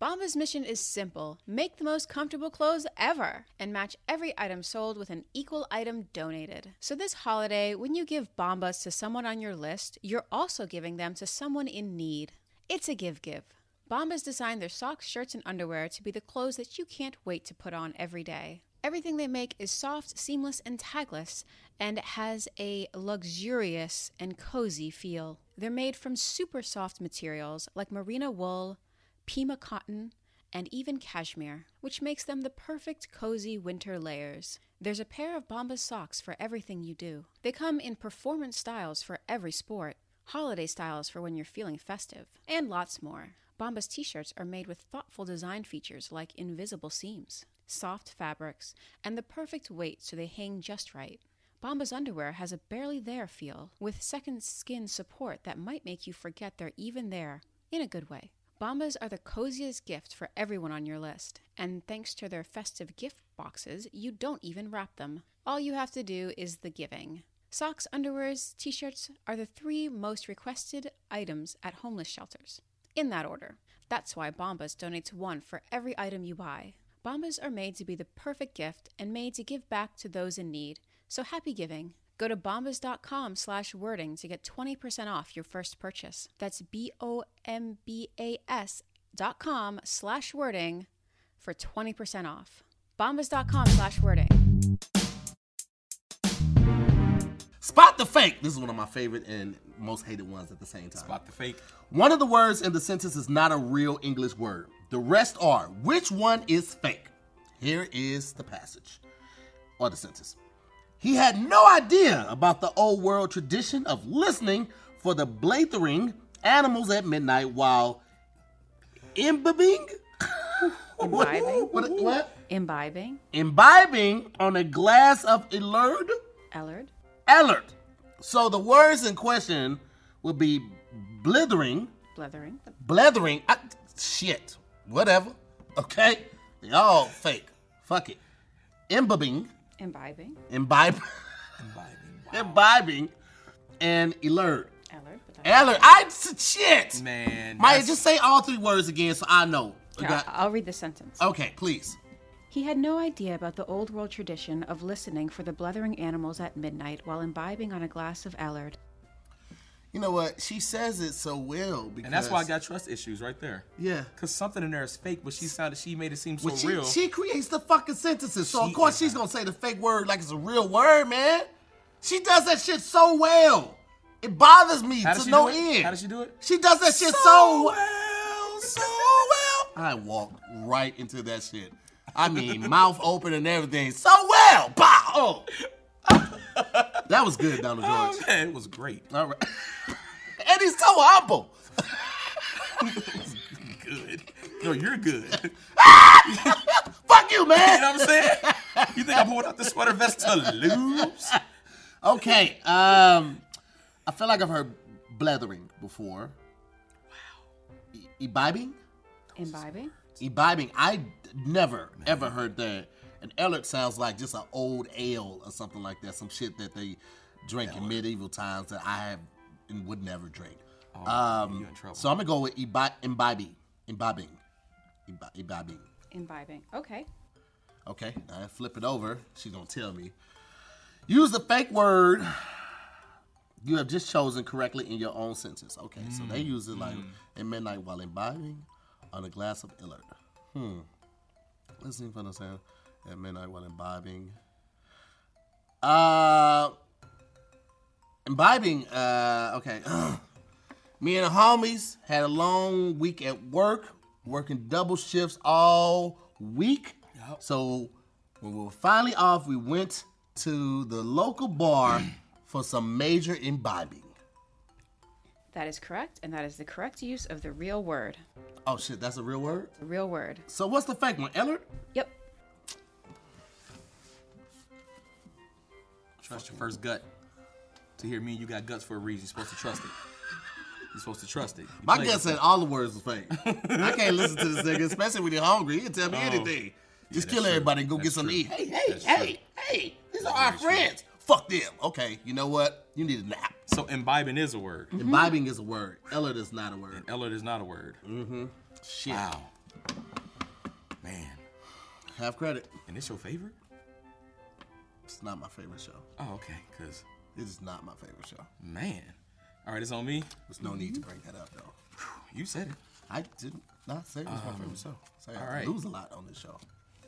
D: Bombas' mission is simple make the most comfortable clothes ever and match every item sold with an equal item donated. So, this holiday, when you give Bombas to someone on your list, you're also giving them to someone in need. It's a give give. Bombas designed their socks, shirts, and underwear to be the clothes that you can't wait to put on every day. Everything they make is soft, seamless, and tagless, and has a luxurious and cozy feel. They're made from super soft materials like merino wool, Pima cotton, and even cashmere, which makes them the perfect cozy winter layers. There's a pair of Bombas socks for everything you do. They come in performance styles for every sport, holiday styles for when you're feeling festive, and lots more. Bombas t shirts are made with thoughtful design features like invisible seams, soft fabrics, and the perfect weight so they hang just right. Bombas underwear has a barely there feel with second skin support that might make you forget they're even there in a good way. Bombas are the coziest gift for everyone on your list, and thanks to their festive gift boxes, you don't even wrap them. All you have to do is the giving. Socks, underwears, t shirts are the three most requested items at homeless shelters. In that order. That's why Bombas donates one for every item you buy. Bombas are made to be the perfect gift and made to give back to those in need. So happy giving. Go to bombas.com slash wording to get 20% off your first purchase. That's B O M B A S dot com slash wording for 20% off. Bombas.com slash wording.
A: Spot the fake. This is one of my favorite and most hated ones at the same time.
B: Spot the fake.
A: One of the words in the sentence is not a real English word. The rest are. Which one is fake? Here is the passage or the sentence. He had no idea about the old world tradition of listening for the blathering animals at midnight while imbibing.
D: Imbibing?
A: What, what?
D: Imbibing.
A: Imbibing on a glass of Elerd.
D: Ellard.
A: Ellard. So the words in question would be blithering
D: Blethering.
A: blethering. I, shit. Whatever. Okay? They all fake. Fuck it. Imbibing,
D: Imbibing.
A: imbibe, imbibing, and elert.
D: Ellard. But that's-
A: Alert. I shit.
B: Man.
A: Maya,
B: that's-
A: just say all three words again so I know.
D: Here,
A: Okay.
D: I'll, I'll read the sentence.
A: Okay, please.
D: He had no idea about the old world tradition of listening for the blethering animals at midnight while imbibing on a glass of Ellard.
A: You know what? She says it so well because
B: and that's why I got trust issues right there.
A: Yeah.
B: Cause something in there is fake, but she sounded she made it seem so
A: Well, she,
B: real.
A: she creates the fucking sentences. So of
B: She
A: course
B: is
A: she's gonna say the fake word like it's a real word, man. She does that shit so well. It bothers me
B: How
A: to
B: does she
A: no
B: do it?
A: end.
B: How does she do it?
A: She does that shit so, well, so well. I walked right into that shit. I mean, mouth open and everything. So well, pow. that was good, Donald
B: Oh,
A: George.
B: man, it was great.
A: All right. and he's so humble.
B: Good. No, you're good. you know
A: Fuck you, man.
B: what I'm saying? You think I pulled out the sweater vest to lose?
A: Okay. Um, I feel like I've heard blethering before. Wow. imbibing,
D: Imbibing?
A: imbibing. I never ever heard that. And Ellert sounds like just an old ale or something like that. Some shit that they drank in medieval times that I have and would never drink. um,
B: you Oh, in trouble.
A: so I'm gonna go with imbi- imbibing, imbibing, Imbi- imbibing.
D: Imbibing. Okay.
A: Okay, now I flip it over. She's gonna tell me. Use the fake word you have just chosen correctly in your own sentence. Okay, so they use it like at midnight while imbibing on a glass of Illard. Hmm. Listening for the sound at midnight while imbibing. Uh, imbibing. Uh, okay. Me and the homies had a long week at work, working double shifts all week. So when we were finally off, we went to the local bar for some major imbibing.
D: That is correct, and that is the correct use of the real word.
A: Oh shit, that's a real word?
D: The real word.
A: So what's the fake one? Ellard?
D: Yep.
B: Trust your first gut. To hear me, you got guts for a reason. You're supposed to trust it. You're supposed to trust it. You
A: My
B: play
A: guess
B: it.
A: said all the words was fake. I can't listen to this nigga, especially when you're hungry. He can tell me anything. Just kill everybody and go get something to eat. Hey, hey, hey, hey, these are our friends. Fuck them. Okay, you know what? You need a nap.
B: So imbibing is a word.
A: Imbibing is a word. Ellard is not a word.
B: Ellard is not a word.
A: Shit.
B: Wow. Man.
A: Half credit.
B: And it's your favorite?
A: It's not my favorite show.
B: Oh, okay. Cause
A: It is not my favorite show.
B: man. All right, it's on me.
A: There's no
B: Mm-hmm.
A: need to bring that up though.
B: You said it.
A: I did not say it was my favorite show. Say I
B: Um, alright.
A: lose a lot on this show.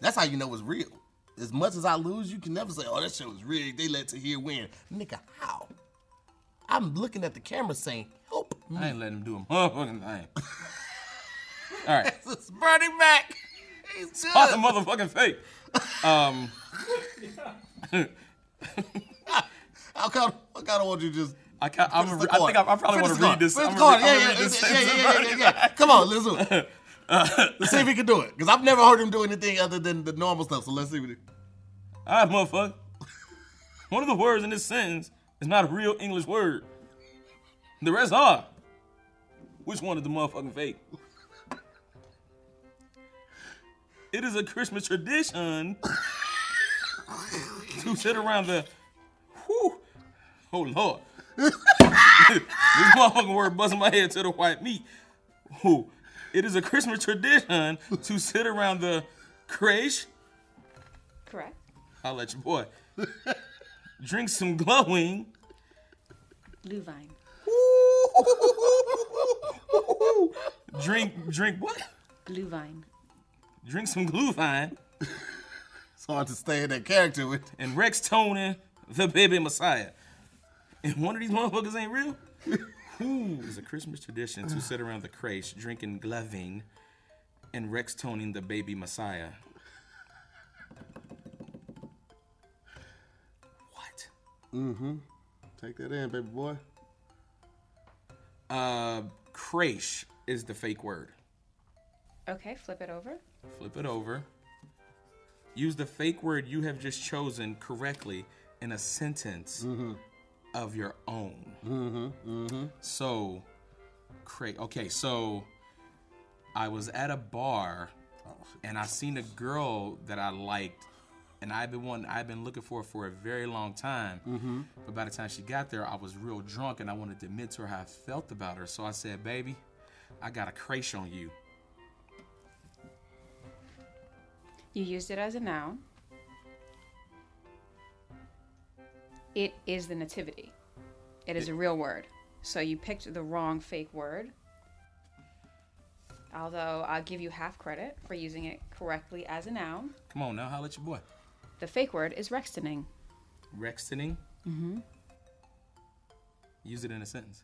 A: That's how you know it's real. As much as I lose, you can never say, "Oh, that show was rigged. They let Tahir win." Nigga, how? I'm looking at the camera saying, "Oh, "Help!"
B: I ain't letting him do a
A: oh,
B: motherfucking thing. All right.
A: It's Bernie Mac. He's
B: On the
A: good.
B: motherfucking fake.
A: I kind of, I kind of want you to just.
B: I, ca- I'm
A: finish
B: a,
A: the
B: I think I,
A: card.
B: I probably
A: Finish the
B: want to
A: card.
B: read this.
A: Finish
B: I'm
A: the
B: gonna-
A: card.
B: I'm
A: Yeah,
B: gonna
A: yeah,
B: read this
A: yeah, yeah,
B: sentence.
A: yeah, yeah, yeah. Come on, let's do it. Let's see if he can do it, because I've never heard him do anything other than the normal stuff. So let's see what he.
B: All right, Ah, motherfucker. One of the words in this sentence is not a real English word. The rest are. Which one is the motherfucking fake? It is a Christmas tradition to sit around the. Whew, oh Lord. this motherfucking word busting my head to the white meat. Whew. It is a Christmas tradition to sit around the creche
D: Correct.
B: I'll let your boy. Drink some glowing.
D: Luvine.
B: Drink, drink what?
D: Luvine.
B: Drink some glühwein
A: It's hard to stay in that character with.
B: and Rex Tonin, the baby messiah. And one of these motherfuckers ain't real? Ooh, it's a Christmas tradition to sit around the creche drinking gloving and Rex Tonin, the baby messiah. What?
A: Take that in, baby boy.
B: Uh, creche is the fake word.
D: Okay, flip it over.
B: Flip it over. Use the fake word you have just chosen correctly in a sentence of your own. Mm-hmm. So, cra Okay, so I was at a bar and I seen a girl that I liked, and I've been one I've been looking for her for a very long time. But by the time she got there, I was real drunk and I wanted to admit to her how I felt about her. So I said, "Baby, I got a crash on you."
D: You used it as a noun. It is the nativity. It is a real word. So you picked the wrong fake word. Although I'll give you half credit for using it correctly as a noun.
B: Come on now, holla at your boy.
D: The fake word is rextoning.
B: Rextoning. Mm-hmm. Use it in a sentence.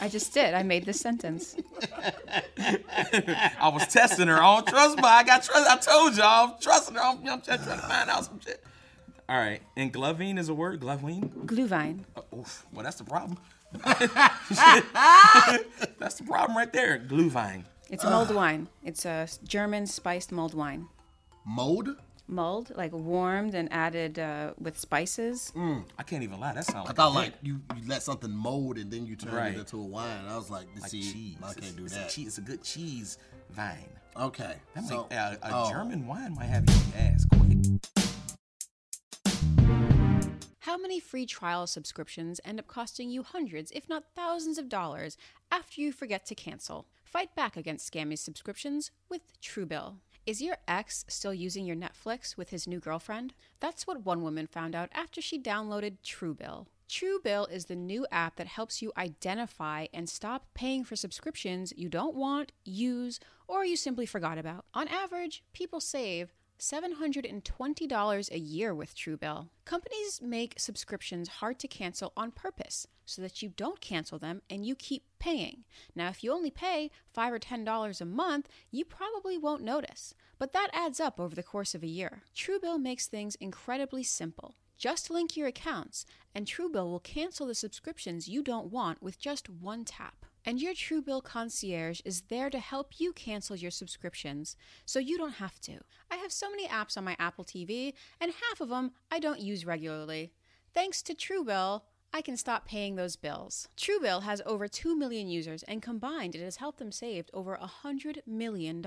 D: I just did. I made this sentence.
B: I was testing her on trust, but I got trust. I told y'all, I'm trusting her. I'm, I'm just trying to find out some shit. All right, and glovine is a word. Glovine.
D: Glühwein.
B: Oh, oof. Well, that's the problem. that's the problem right there. Glühwein.
D: It's a mulled wine. It's a s- German spiced mulled wine.
A: Mode?
D: Mulled, like warmed and added uh, with spices.
B: I can't even lie. That sounds
A: I
B: like,
A: thought like you, you let something mold and then you turn
B: Right.
A: it into a wine. I was like, see,
B: cheese.
A: I can't do
B: it's,
A: that.
B: It's a, cheese. it's a good cheese vine.
A: Okay,
B: That
A: so
B: might, uh, a a
A: oh,
B: German wine might have you ass quick.
D: How many free trial subscriptions end up costing you hundreds, if not thousands of dollars after you forget to cancel? Fight back against scammy subscriptions with Truebill. Is your ex still using your Netflix with his new girlfriend? That's what one woman found out after she downloaded Truebill. Truebill is the new app that helps you identify and stop paying for subscriptions you don't want, use, or you simply forgot about. On average, people save $720 a year with Truebill. Companies make subscriptions hard to cancel on purpose so that you don't cancel them and you keep paying. Now, if you only pay 5 or $10 a month, you probably won't notice, but that adds up over the course of a year. Truebill makes things incredibly simple. Just link your accounts, and Truebill will cancel the subscriptions you don't want with just one tap. And your Truebill concierge is there to help you cancel your subscriptions so you don't have to. I have so many apps on my Apple TV, and half of them I don't use regularly. Thanks to Truebill, I can stop paying those bills. Truebill has over 2 million users, and combined, it has helped them save over $100 million.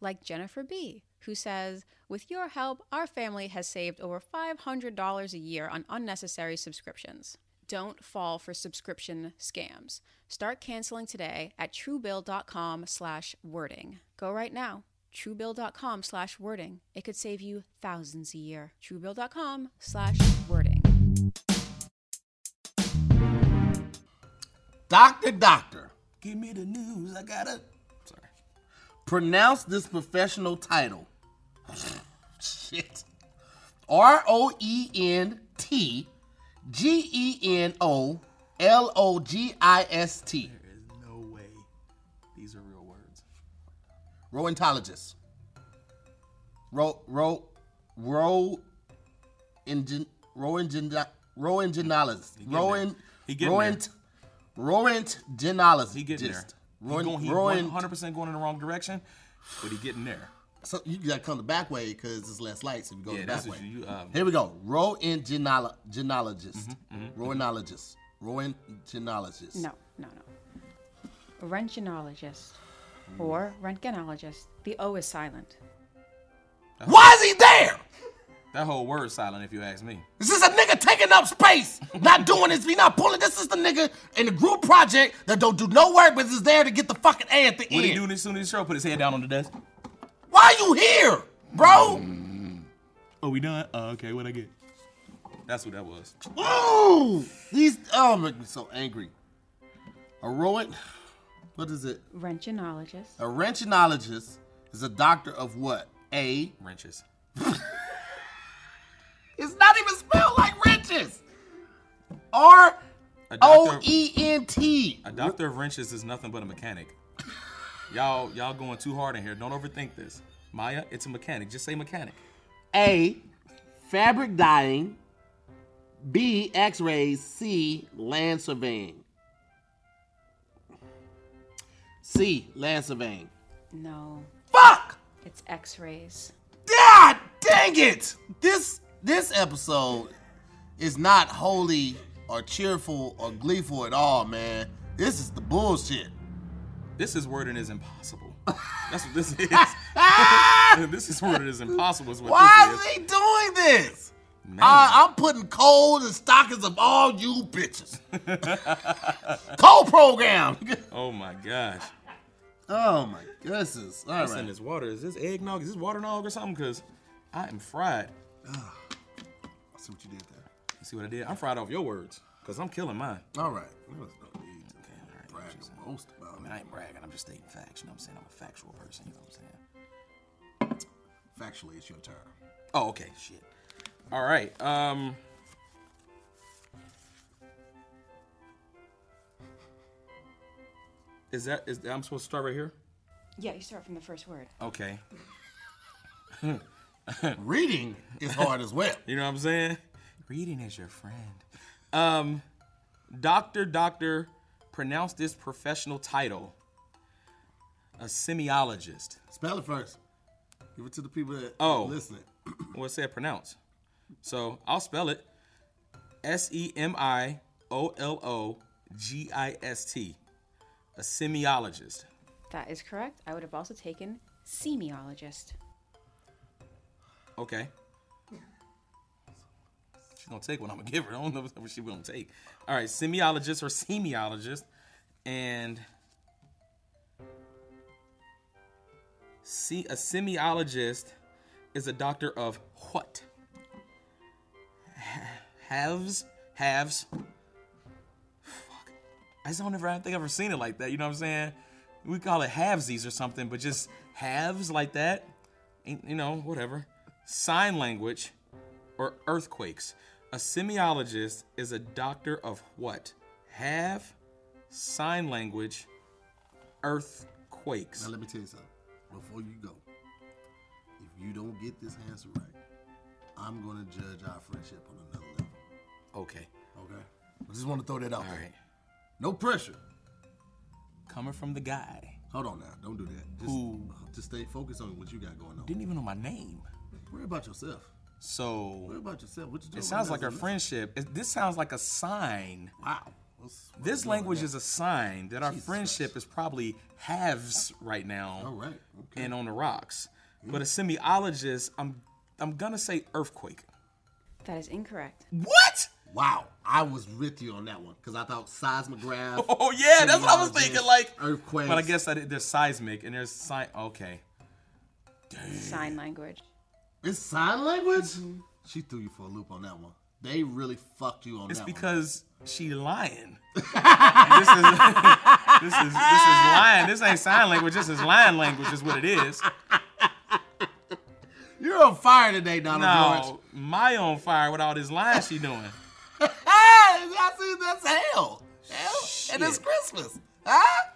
D: Like Jennifer B., who says, With your help, our family has saved over $500 a year on unnecessary subscriptions. Don't fall for subscription scams. Start canceling today at truebill.com slash wording. Go right now. Truebill.com slash wording. It could save you thousands a year. Truebill.com slash wording.
A: Doctor, doctor,
B: Give me the news. I gotta. Sorry.
A: pronounce this professional title. Shit. R O E N T G E N O L O G I S T.
B: There is no way. These are real words.
A: Roentologist. Ro ro ro engine roentgen roentgenologist.
B: there.
A: Roent
B: He getting
A: roent roentgenologist.
B: He getting there. He
A: Roent-
B: going, he
A: roent-
B: 100% going in the wrong direction, but he getting there.
A: So you gotta come the back way because it's less light, so you go
B: Yeah,
A: the
B: that's
A: back
B: what
A: way.
B: you. you um, Mm-hmm,
A: Here we go. Roentgenolo- genologist. Roentgenologist. Roentgenologist.
D: No, no, no. Rentgenologist or rentgenologist. The O is silent.
B: Uh-huh.
A: Why is he there?
B: that whole word silent, if you ask me.
A: Is this a nigga taking up space? Not doing this, he not pulling. This is the nigga in the group project that don't do no work, but is there to get the fucking A at the
B: What he
A: end.
B: do as soon as the show? Put his head down on the desk.
A: Why are you here, bro?
B: Oh, we done? Uh, okay, what I get? That's what that was.
A: Ooh, these oh make me so angry. A roent, what is it?
D: Rentgenologist.
A: A rentgenologist is a doctor of what? A.
B: Wrenches.
A: It's not even spelled like wrenches. R
B: A doctor,
A: O E N T.
B: a doctor of wrenches is nothing but a mechanic. y'all, y'all going too hard in here. Don't overthink this. Maya, it's a mechanic. Just say mechanic.
A: A. Fabric dyeing. B. X rays. C. Land surveying. C. Land surveying.
D: No,
A: Fuck!
D: it's x rays.
A: God dang it! This this episode is not holy or cheerful or gleeful at all, man. This is the bullshit.
B: This is wording is impossible. That's what this is.
A: Ah!
B: this is wording is impossible. Is what
A: Why
B: this
A: is
B: is.
A: he doing this?
B: Man.
A: I, I'm putting cold in stockings of all you bitches. cold program.
B: oh my gosh.
A: oh my goodness. All
B: What's in
A: right.
B: this water? Is this eggnog? Is this waternog or something? Cause I am fried.
A: I see what you did there.
B: You see what I did? I'm fried off your words. Cause I'm killing mine.
A: All right. There was no need to
B: all
A: brag
B: right.
A: the most about
B: I mean,
A: it.
B: I ain't bragging. I'm just stating facts. You know what I'm saying? I'm a factual person. You know what I'm saying?
A: Factually, it's your turn.
B: Oh, okay. Shit. All right. Um. Is that is I'm supposed to start right here?
D: Yeah, you start from the first word.
B: Okay.
A: Reading is hard as well.
B: You know what I'm saying? Reading is your friend. Um, doctor, doctor, pronounce this professional title. A semiologist.
A: Spell it first. Give it to the people that
B: Oh.
A: listening.
B: What's that pronounce? So I'll spell it. S E M I O L O G I S T. A semiologist.
D: That is correct. I would have also taken semiologist.
B: Okay. She's gonna take what I'm gonna give her. I don't know what she gonna take. All right, semiologist or semiologist, and see a semiologist is a doctor of what? Ha- Halves, halves. Fuck. I just don't ever. I don't think I've ever seen it like that. You know what I'm saying? We call it halvesies or something, but just halves like that ain't- you know, whatever. Sign language or earthquakes. A semiologist is a doctor of what? Have, sign language, earthquakes.
A: Now let me tell you something. Before you go, if you don't get this answer right, I'm gonna judge our friendship on another level.
B: Okay.
A: Okay? I just want to throw that out
B: All
A: there.
B: right.
A: No pressure.
B: Coming from the guy.
A: Hold on now. Don't do that. Just,
B: Who?
A: just stay focused on what you got going on.
B: Didn't even know my name.
A: Worry about yourself. What
B: So
A: about yourself? What you doing?
B: it sounds like
A: a
B: a friendship. It- This sounds like a sign.
A: Wow. What's- what you
B: This
A: doing
B: language
A: there?
B: is a sign that our
A: Jesus Oh,
B: friendship is probably halves right now
A: All right. Okay.
B: and on the rocks. But a semiologist, I'm I'm gonna say earthquake.
D: That is incorrect.
B: What?
A: Wow. I was with you on that one because I thought seismograph.
B: Oh yeah, that's what I was
A: semiologist,
B: thinking. Like
A: earthquakes.
B: But I guess that it- there's seismic and there's sign. Okay.
D: Sign language.
A: It's sign language?
B: Mm-hmm.
A: She threw you for a loop on that one. They really fucked you on
B: It's
A: that one.
B: because she lying. this is this is this is lying. This ain't sign language. This is lying language. Is what it is.
A: You're on fire today, Donald George.
B: Now my on fire with all this lying she doing.
A: Hey, I see that's hell. Hell? And it's
B: Shit.
A: Christmas. Huh?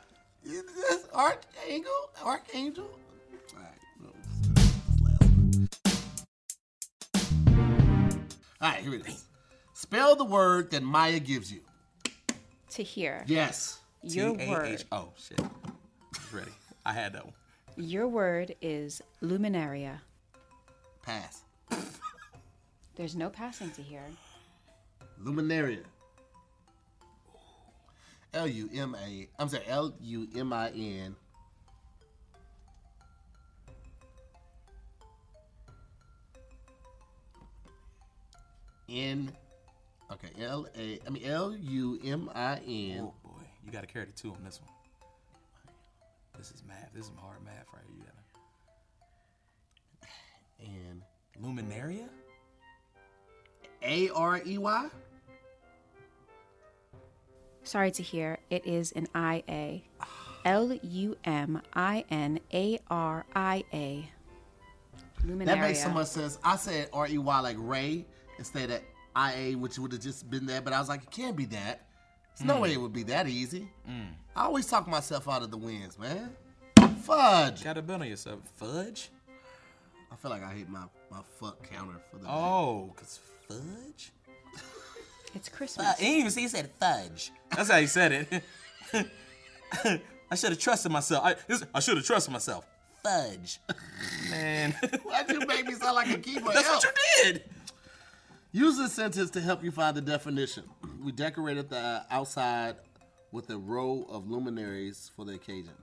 A: You- This archangel? Archangel? All right. no, this- this last one. All right, here it is. Spell the word that Maya gives you.
D: To hear.
A: Yes.
D: Your
B: T A H-
D: word.
B: Oh shit. It's ready. I had that one.
D: Your word is luminaria.
A: Pass.
D: There's no passing to hear.
A: Luminaria. L U M A. I'm sorry, L U M I N. N. Okay, L A. I mean, L U M I N.
B: Oh boy, you got to carry the two on this one. This is math. This is some hard math right here. You gotta...
A: And
B: Luminaria?
A: A R E Y?
D: Sorry to hear. It is an I A. L U M I N A R I A. Luminaria.
A: That makes so much sense. I said R E Y like Ray instead of I A, which would have just been that. But I was like, it can't be that. There's no way it would be that easy.
B: Mm.
A: I always talk myself out of the wins, man. Fudge.
B: Got to build on yourself. Fudge?
A: I feel like I hit my, my fuck counter for the
B: Oh, cause fudge.
D: It's
B: Uh,
D: Christmas.
B: he didn't even see. He said fudge. That's how he said it. I should have trusted myself. I, this- I should have trusted myself. Fudge. Man,
A: Why'd you make me sound like a keyboard?
B: that's
A: elf?
B: what you did.
A: Use this sentence to help you find the definition. We decorated the outside with a row of luminaries for the occasion.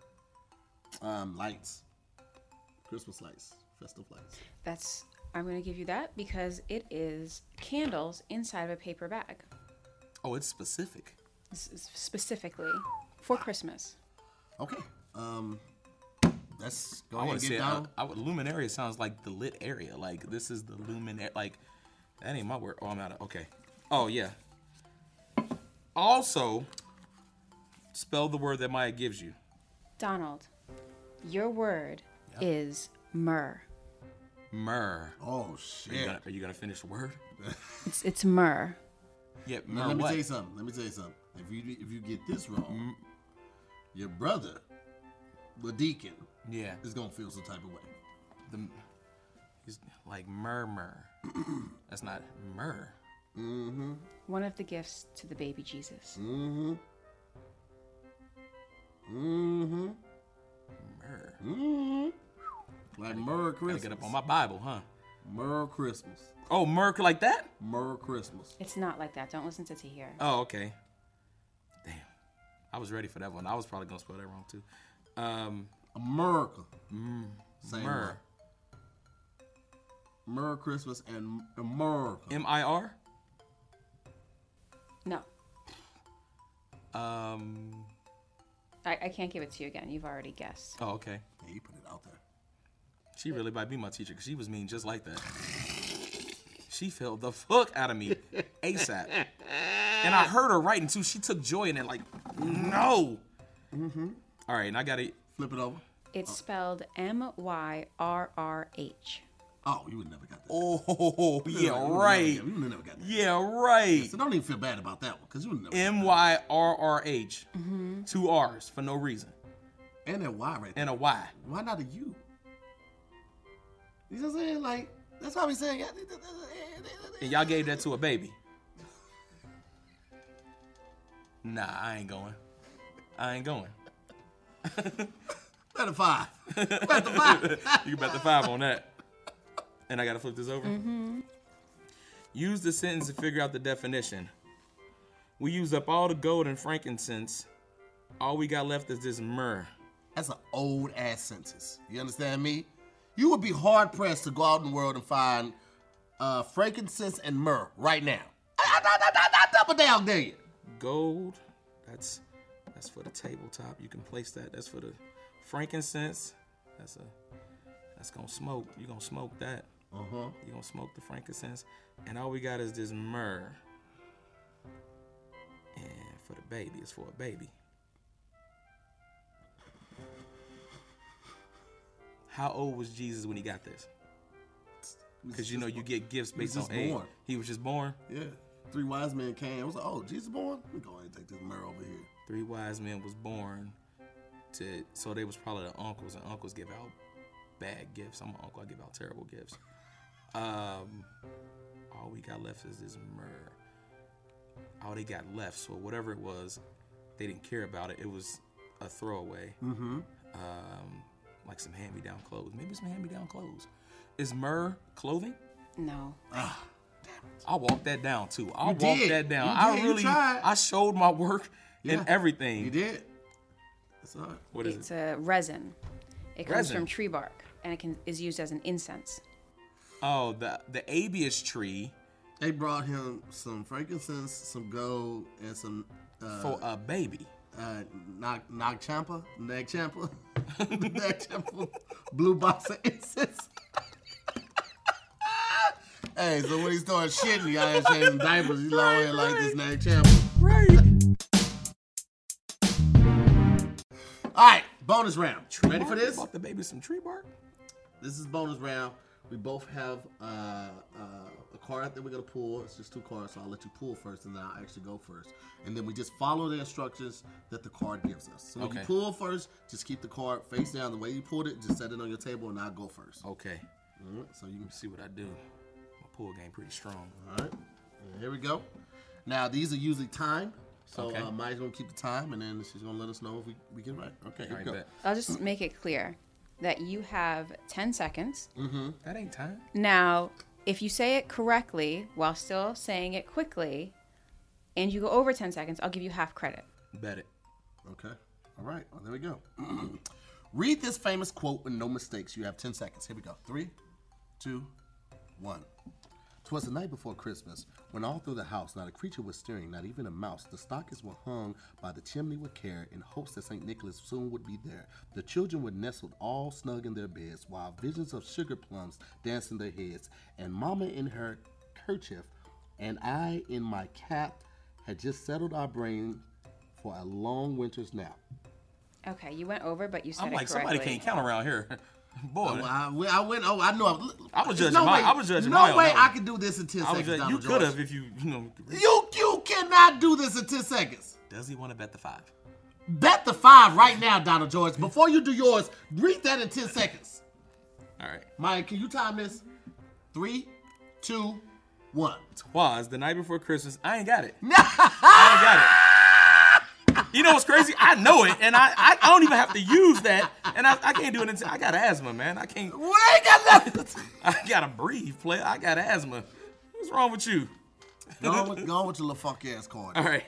A: Um, lights. Christmas lights. Festive lights.
D: That's. I'm going to give you that because it is candles inside of a paper bag,
B: Oh, it's specific.
D: s- s- specifically for Christmas.
A: Okay. Um, let's go
B: I
A: ahead
B: would
A: and
B: say uh,
A: get
B: I,
A: down.
B: I would luminaria sounds like the lit area. Like this is the luminaria. Like that ain't my word. Oh, I'm out of okay. Oh yeah. Also, spell the word that Maya gives you.
D: Donald, your word is myrrh.
B: Myrrh.
A: oh
B: Are you
A: shit!
B: gonna, are you gonna finish the word?
D: It's, it's myrrh.
B: Yeah,
A: Now,
B: myrrh.
A: let me
B: what? Mm-hmm.
A: tell you something. Let me tell you something. If you if you get this wrong, your brother, the deacon,
B: Yeah.
A: is gonna feel some type of way.
B: The, he's like murmur. That's not myrrh.
D: One of the gifts to the baby Jesus.
B: Mm.
A: Mm-hmm.
B: Myrrh.
A: Like Merry
B: Gotta
A: Christmas.
B: get up on my Bible, huh?
A: Merry Christmas.
B: Oh, myrrh like that?
A: Merry Christmas.
D: It's not like that. Don't listen to Tahir.
B: Oh, okay. Damn. I was ready for that one. I was probably gonna spell that wrong too. Um,
A: America.
B: Mm-hmm.
A: Same
B: myrrh.
A: one. Merry Christmas and America.
B: M I R.
D: No,
B: Um.
D: I, I can't give it to you again. You've already guessed.
B: Oh, okay.
A: Hey, you put it out there.
B: She really might be my teacher because she was mean just like that. She felt the fuck out of me ASAP. And I heard her writing too. She took joy in it, like, no. All right, and I got it.
A: Flip it over.
B: Oh.
D: It's spelled M Y R R H.
A: Oh, you would never got that.
B: Oh, yeah,
A: You would've
B: right.
A: Never, you would never got that.
B: Yeah, right.
A: So don't even feel bad about that one, cause you would never.
B: M Y R R H. Two R's for no reason.
A: and that Y right there.
B: And a Y.
A: Why not a U? You know what I'm saying? Like that's why we saying.
B: And y'all gave that to a baby. Nah, I ain't going. I ain't going.
A: Better five. Better five.
B: You can bet the five on that. And I gotta flip this over. Use the sentence to figure out the definition. We used up all the gold and frankincense. All we got left is this myrrh.
A: That's an old ass sentence. You understand me? You would be hard pressed to go out in the world and find uh, frankincense and myrrh right now. Ah, ah, ah, ah, ah, Double down, dare you?
B: Gold, that's that's for the tabletop. You can place that. That's for the frankincense. That's a that's gonna smoke. You're gonna smoke that. Uh-huh. You're gonna smoke the frankincense. And all we got is this myrrh. And for the baby, it's for a baby. How old was Jesus when he got this? Because you know you get gifts based
A: just
B: on age.
A: born.
B: He was just born.
A: Yeah. Three wise men came. I was like, oh, Jesus born? Let me go ahead and take this myrrh over here.
B: three wise men was born to so they was probably the uncles and uncles give out bad gifts i'm an uncle i give out terrible gifts um all we got left is this myrrh all they got left so whatever it was they didn't care about it it was a throwaway mm-hmm. um like some hand-me-down clothes maybe some hand-me-down clothes is myrrh clothing
D: No.
B: I walked that down too. I walked
A: did.
B: that down.
A: You
B: I
A: did. You
B: really,
A: tried.
B: I showed my work
A: Yeah.
B: and everything.
A: You did. That's all right.
B: What is it?
D: It's a resin. It comes
B: Resin?
D: from tree bark and it can is used as an incense.
B: Oh, the the abius tree
A: They brought him some frankincense, some gold, and some uh,
B: for a baby.
A: uh, Nag, Nag Champa, Nag Champa, Nag Champa, Blue Box of Incense. hey, so when he started shitting, y'all ain't changing diapers. He's long hair like this Nag Champa.
B: Right.
A: All right, bonus round. Ready for this?
B: Bought the baby some tree bark.
A: This is bonus round. We both have uh, uh, a card that we're gonna pull. It's just two cards, so I'll let you pull first, and then I'll actually go first. And then we just follow the instructions that the card gives us. So when you
B: Okay.
A: pull first, just keep the card face down. The way you pulled it, just set it on your table, and I'll go first.
B: Okay.
A: All right, so you can.
B: Let's see what I do. My pool game pretty strong.
A: All right, here we go. Now these are usually timed, so
B: Okay.
A: uh, Maya's gonna keep the time, and then she's gonna let us know if we, we get it right. Okay, here
B: I
A: we go.
B: bet.
D: I'll just
B: Mm.
D: make it clear that you have 10 seconds.
B: That ain't time.
D: Now, if you say it correctly while still saying it quickly and you go over 10 seconds, I'll give you half credit.
B: Bet it.
A: Okay. All right. Well, there we go. Read this famous quote with no mistakes. You have 10 seconds. Here we go. Three, two, one. Twas the night before Christmas, when all through the house not a creature was stirring, not even a mouse. The stockings were hung by the chimney with care, in hopes that St. Nicholas soon would be there. The children were nestled all snug in their beds, while visions of sugar plums danced in their heads, and Mama in her kerchief, and I in my cap, had just settled our brain for a long winter's nap.
D: Okay, you went over, but you said
B: I'm
D: it
B: like
D: correctly.
B: somebody can't count around here. Boy,
A: Oh, I, we- I went. Oh, I know. I,
B: I was judging
A: No
B: my-
A: way.
B: I was judging
A: no
B: my on
A: way
B: that
A: I
B: one.
A: could do this in ten
B: I was
A: seconds.
B: just, you
A: Donald
B: could have
A: George.
B: if you you know.
A: You you cannot do this in ten seconds.
B: Does he want to bet the five?
A: Bet the five right now, Donald George. Before you do yours, read that in ten seconds.
B: All right.
A: Maya, can you time this? Three, two, one.
B: Twas the night before Christmas. I ain't got it. I ain't got it. You know what's crazy? I know it, and I, I, I don't even have to use that, and I, I can't do it. Until, I got asthma, man. I can't.
A: We ain't got nothing.
B: I gotta breathe, play. I got asthma. What's wrong with you?
A: go, on with, go on with your little fuck ass card.
B: All right.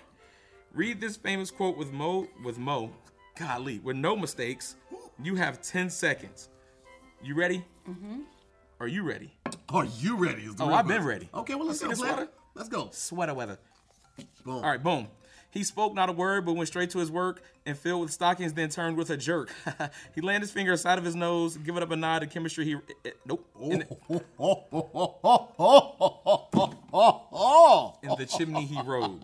B: Read this famous quote with Mo with Mo. Golly, with no mistakes. You have 10 seconds. You ready? Mm-hmm. Are you ready?
A: Are you ready? Is the
B: Oh,
A: real
B: I've been
A: question.
B: ready.
A: Okay, well let's
B: You
A: go.
B: see this
A: Black.
B: water?
A: Let's go.
B: Sweater weather.
A: Boom.
B: All right, boom. He spoke not a word, but went straight to his work and filled with stockings, then turned with a jerk. he landed his finger aside of his nose, giving up a nod to chemistry. He, eh, eh, nope. In, the, in the chimney he rose.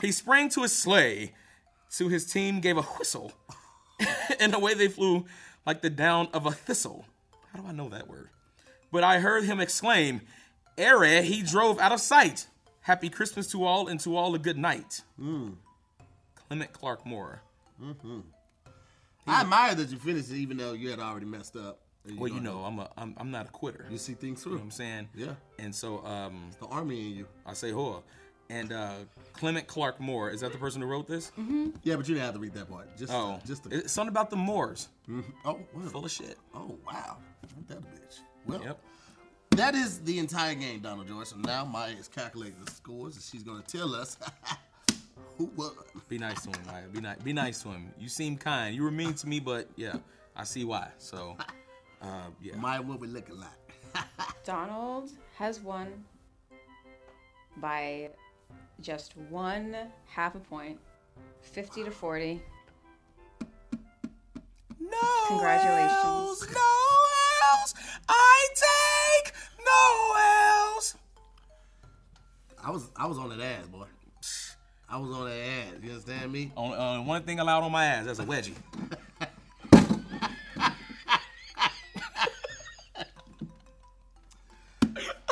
B: He sprang to his sleigh. To his team gave a whistle, and away they flew like the down of a thistle. How do I know that word? But I heard him exclaim, "Ere he drove out of sight." Happy Christmas to all, and to all a good night.
A: Mm,
B: Clement Clark Moore.
A: mm-hmm. I admire that you finished it, even though you had already messed up. And
B: Well, you
A: gonna-
B: know, I'm a, I'm, I'm not a quitter. You
A: you
B: know
A: see things through.
B: what I'm saying?
A: Yeah.
B: And so, um,
A: The army in you.
B: I say whore. And uh, Clement Clark Moore is that the person who wrote this?
A: Yeah, but you didn't have to read that part. Just,
B: Oh,
A: Mm-hmm. just the.
B: it's something about the Moors.
A: oh, wow.
B: Full of shit.
A: oh, wow. Ain't that a bitch? Well,
B: Yep.
A: there that is the entire game, Donald George. So now Maya is calculating the scores, and she's gonna tell us who won.
C: Be nice to him, Maya. Be nice. Be nice to him. You seem kind. You were mean to me, but yeah, I see why. So, uh, yeah.
A: Maya, what we looking like?
D: Donald has won by just one half a point, 50 to 40.
B: No.
D: Congratulations.
B: L's, no L's. I take no L's.
A: I was I was on that ass, boy. I was on that ass. You understand me?
C: On, uh, one thing allowed on my ass. That's a wedgie.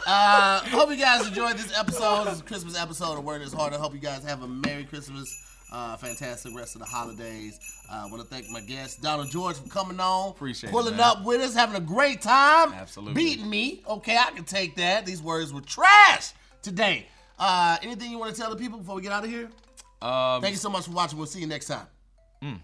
A: Uh, hope you guys enjoyed this episode. This is a Christmas episode of Word is Hard. I hope you guys have a Merry Christmas, uh, fantastic rest of the holidays. Uh, I want to thank my guest, Donald George, for coming on.
C: Appreciate it,
A: Pulling
C: man.
A: up with us, having a great time.
C: Absolutely.
A: Beating me. Okay, I can take that. These words were trash today. Uh, anything you want to tell the people before we get out of here?
C: Um,
A: Thank you so much for watching. We'll see you next time.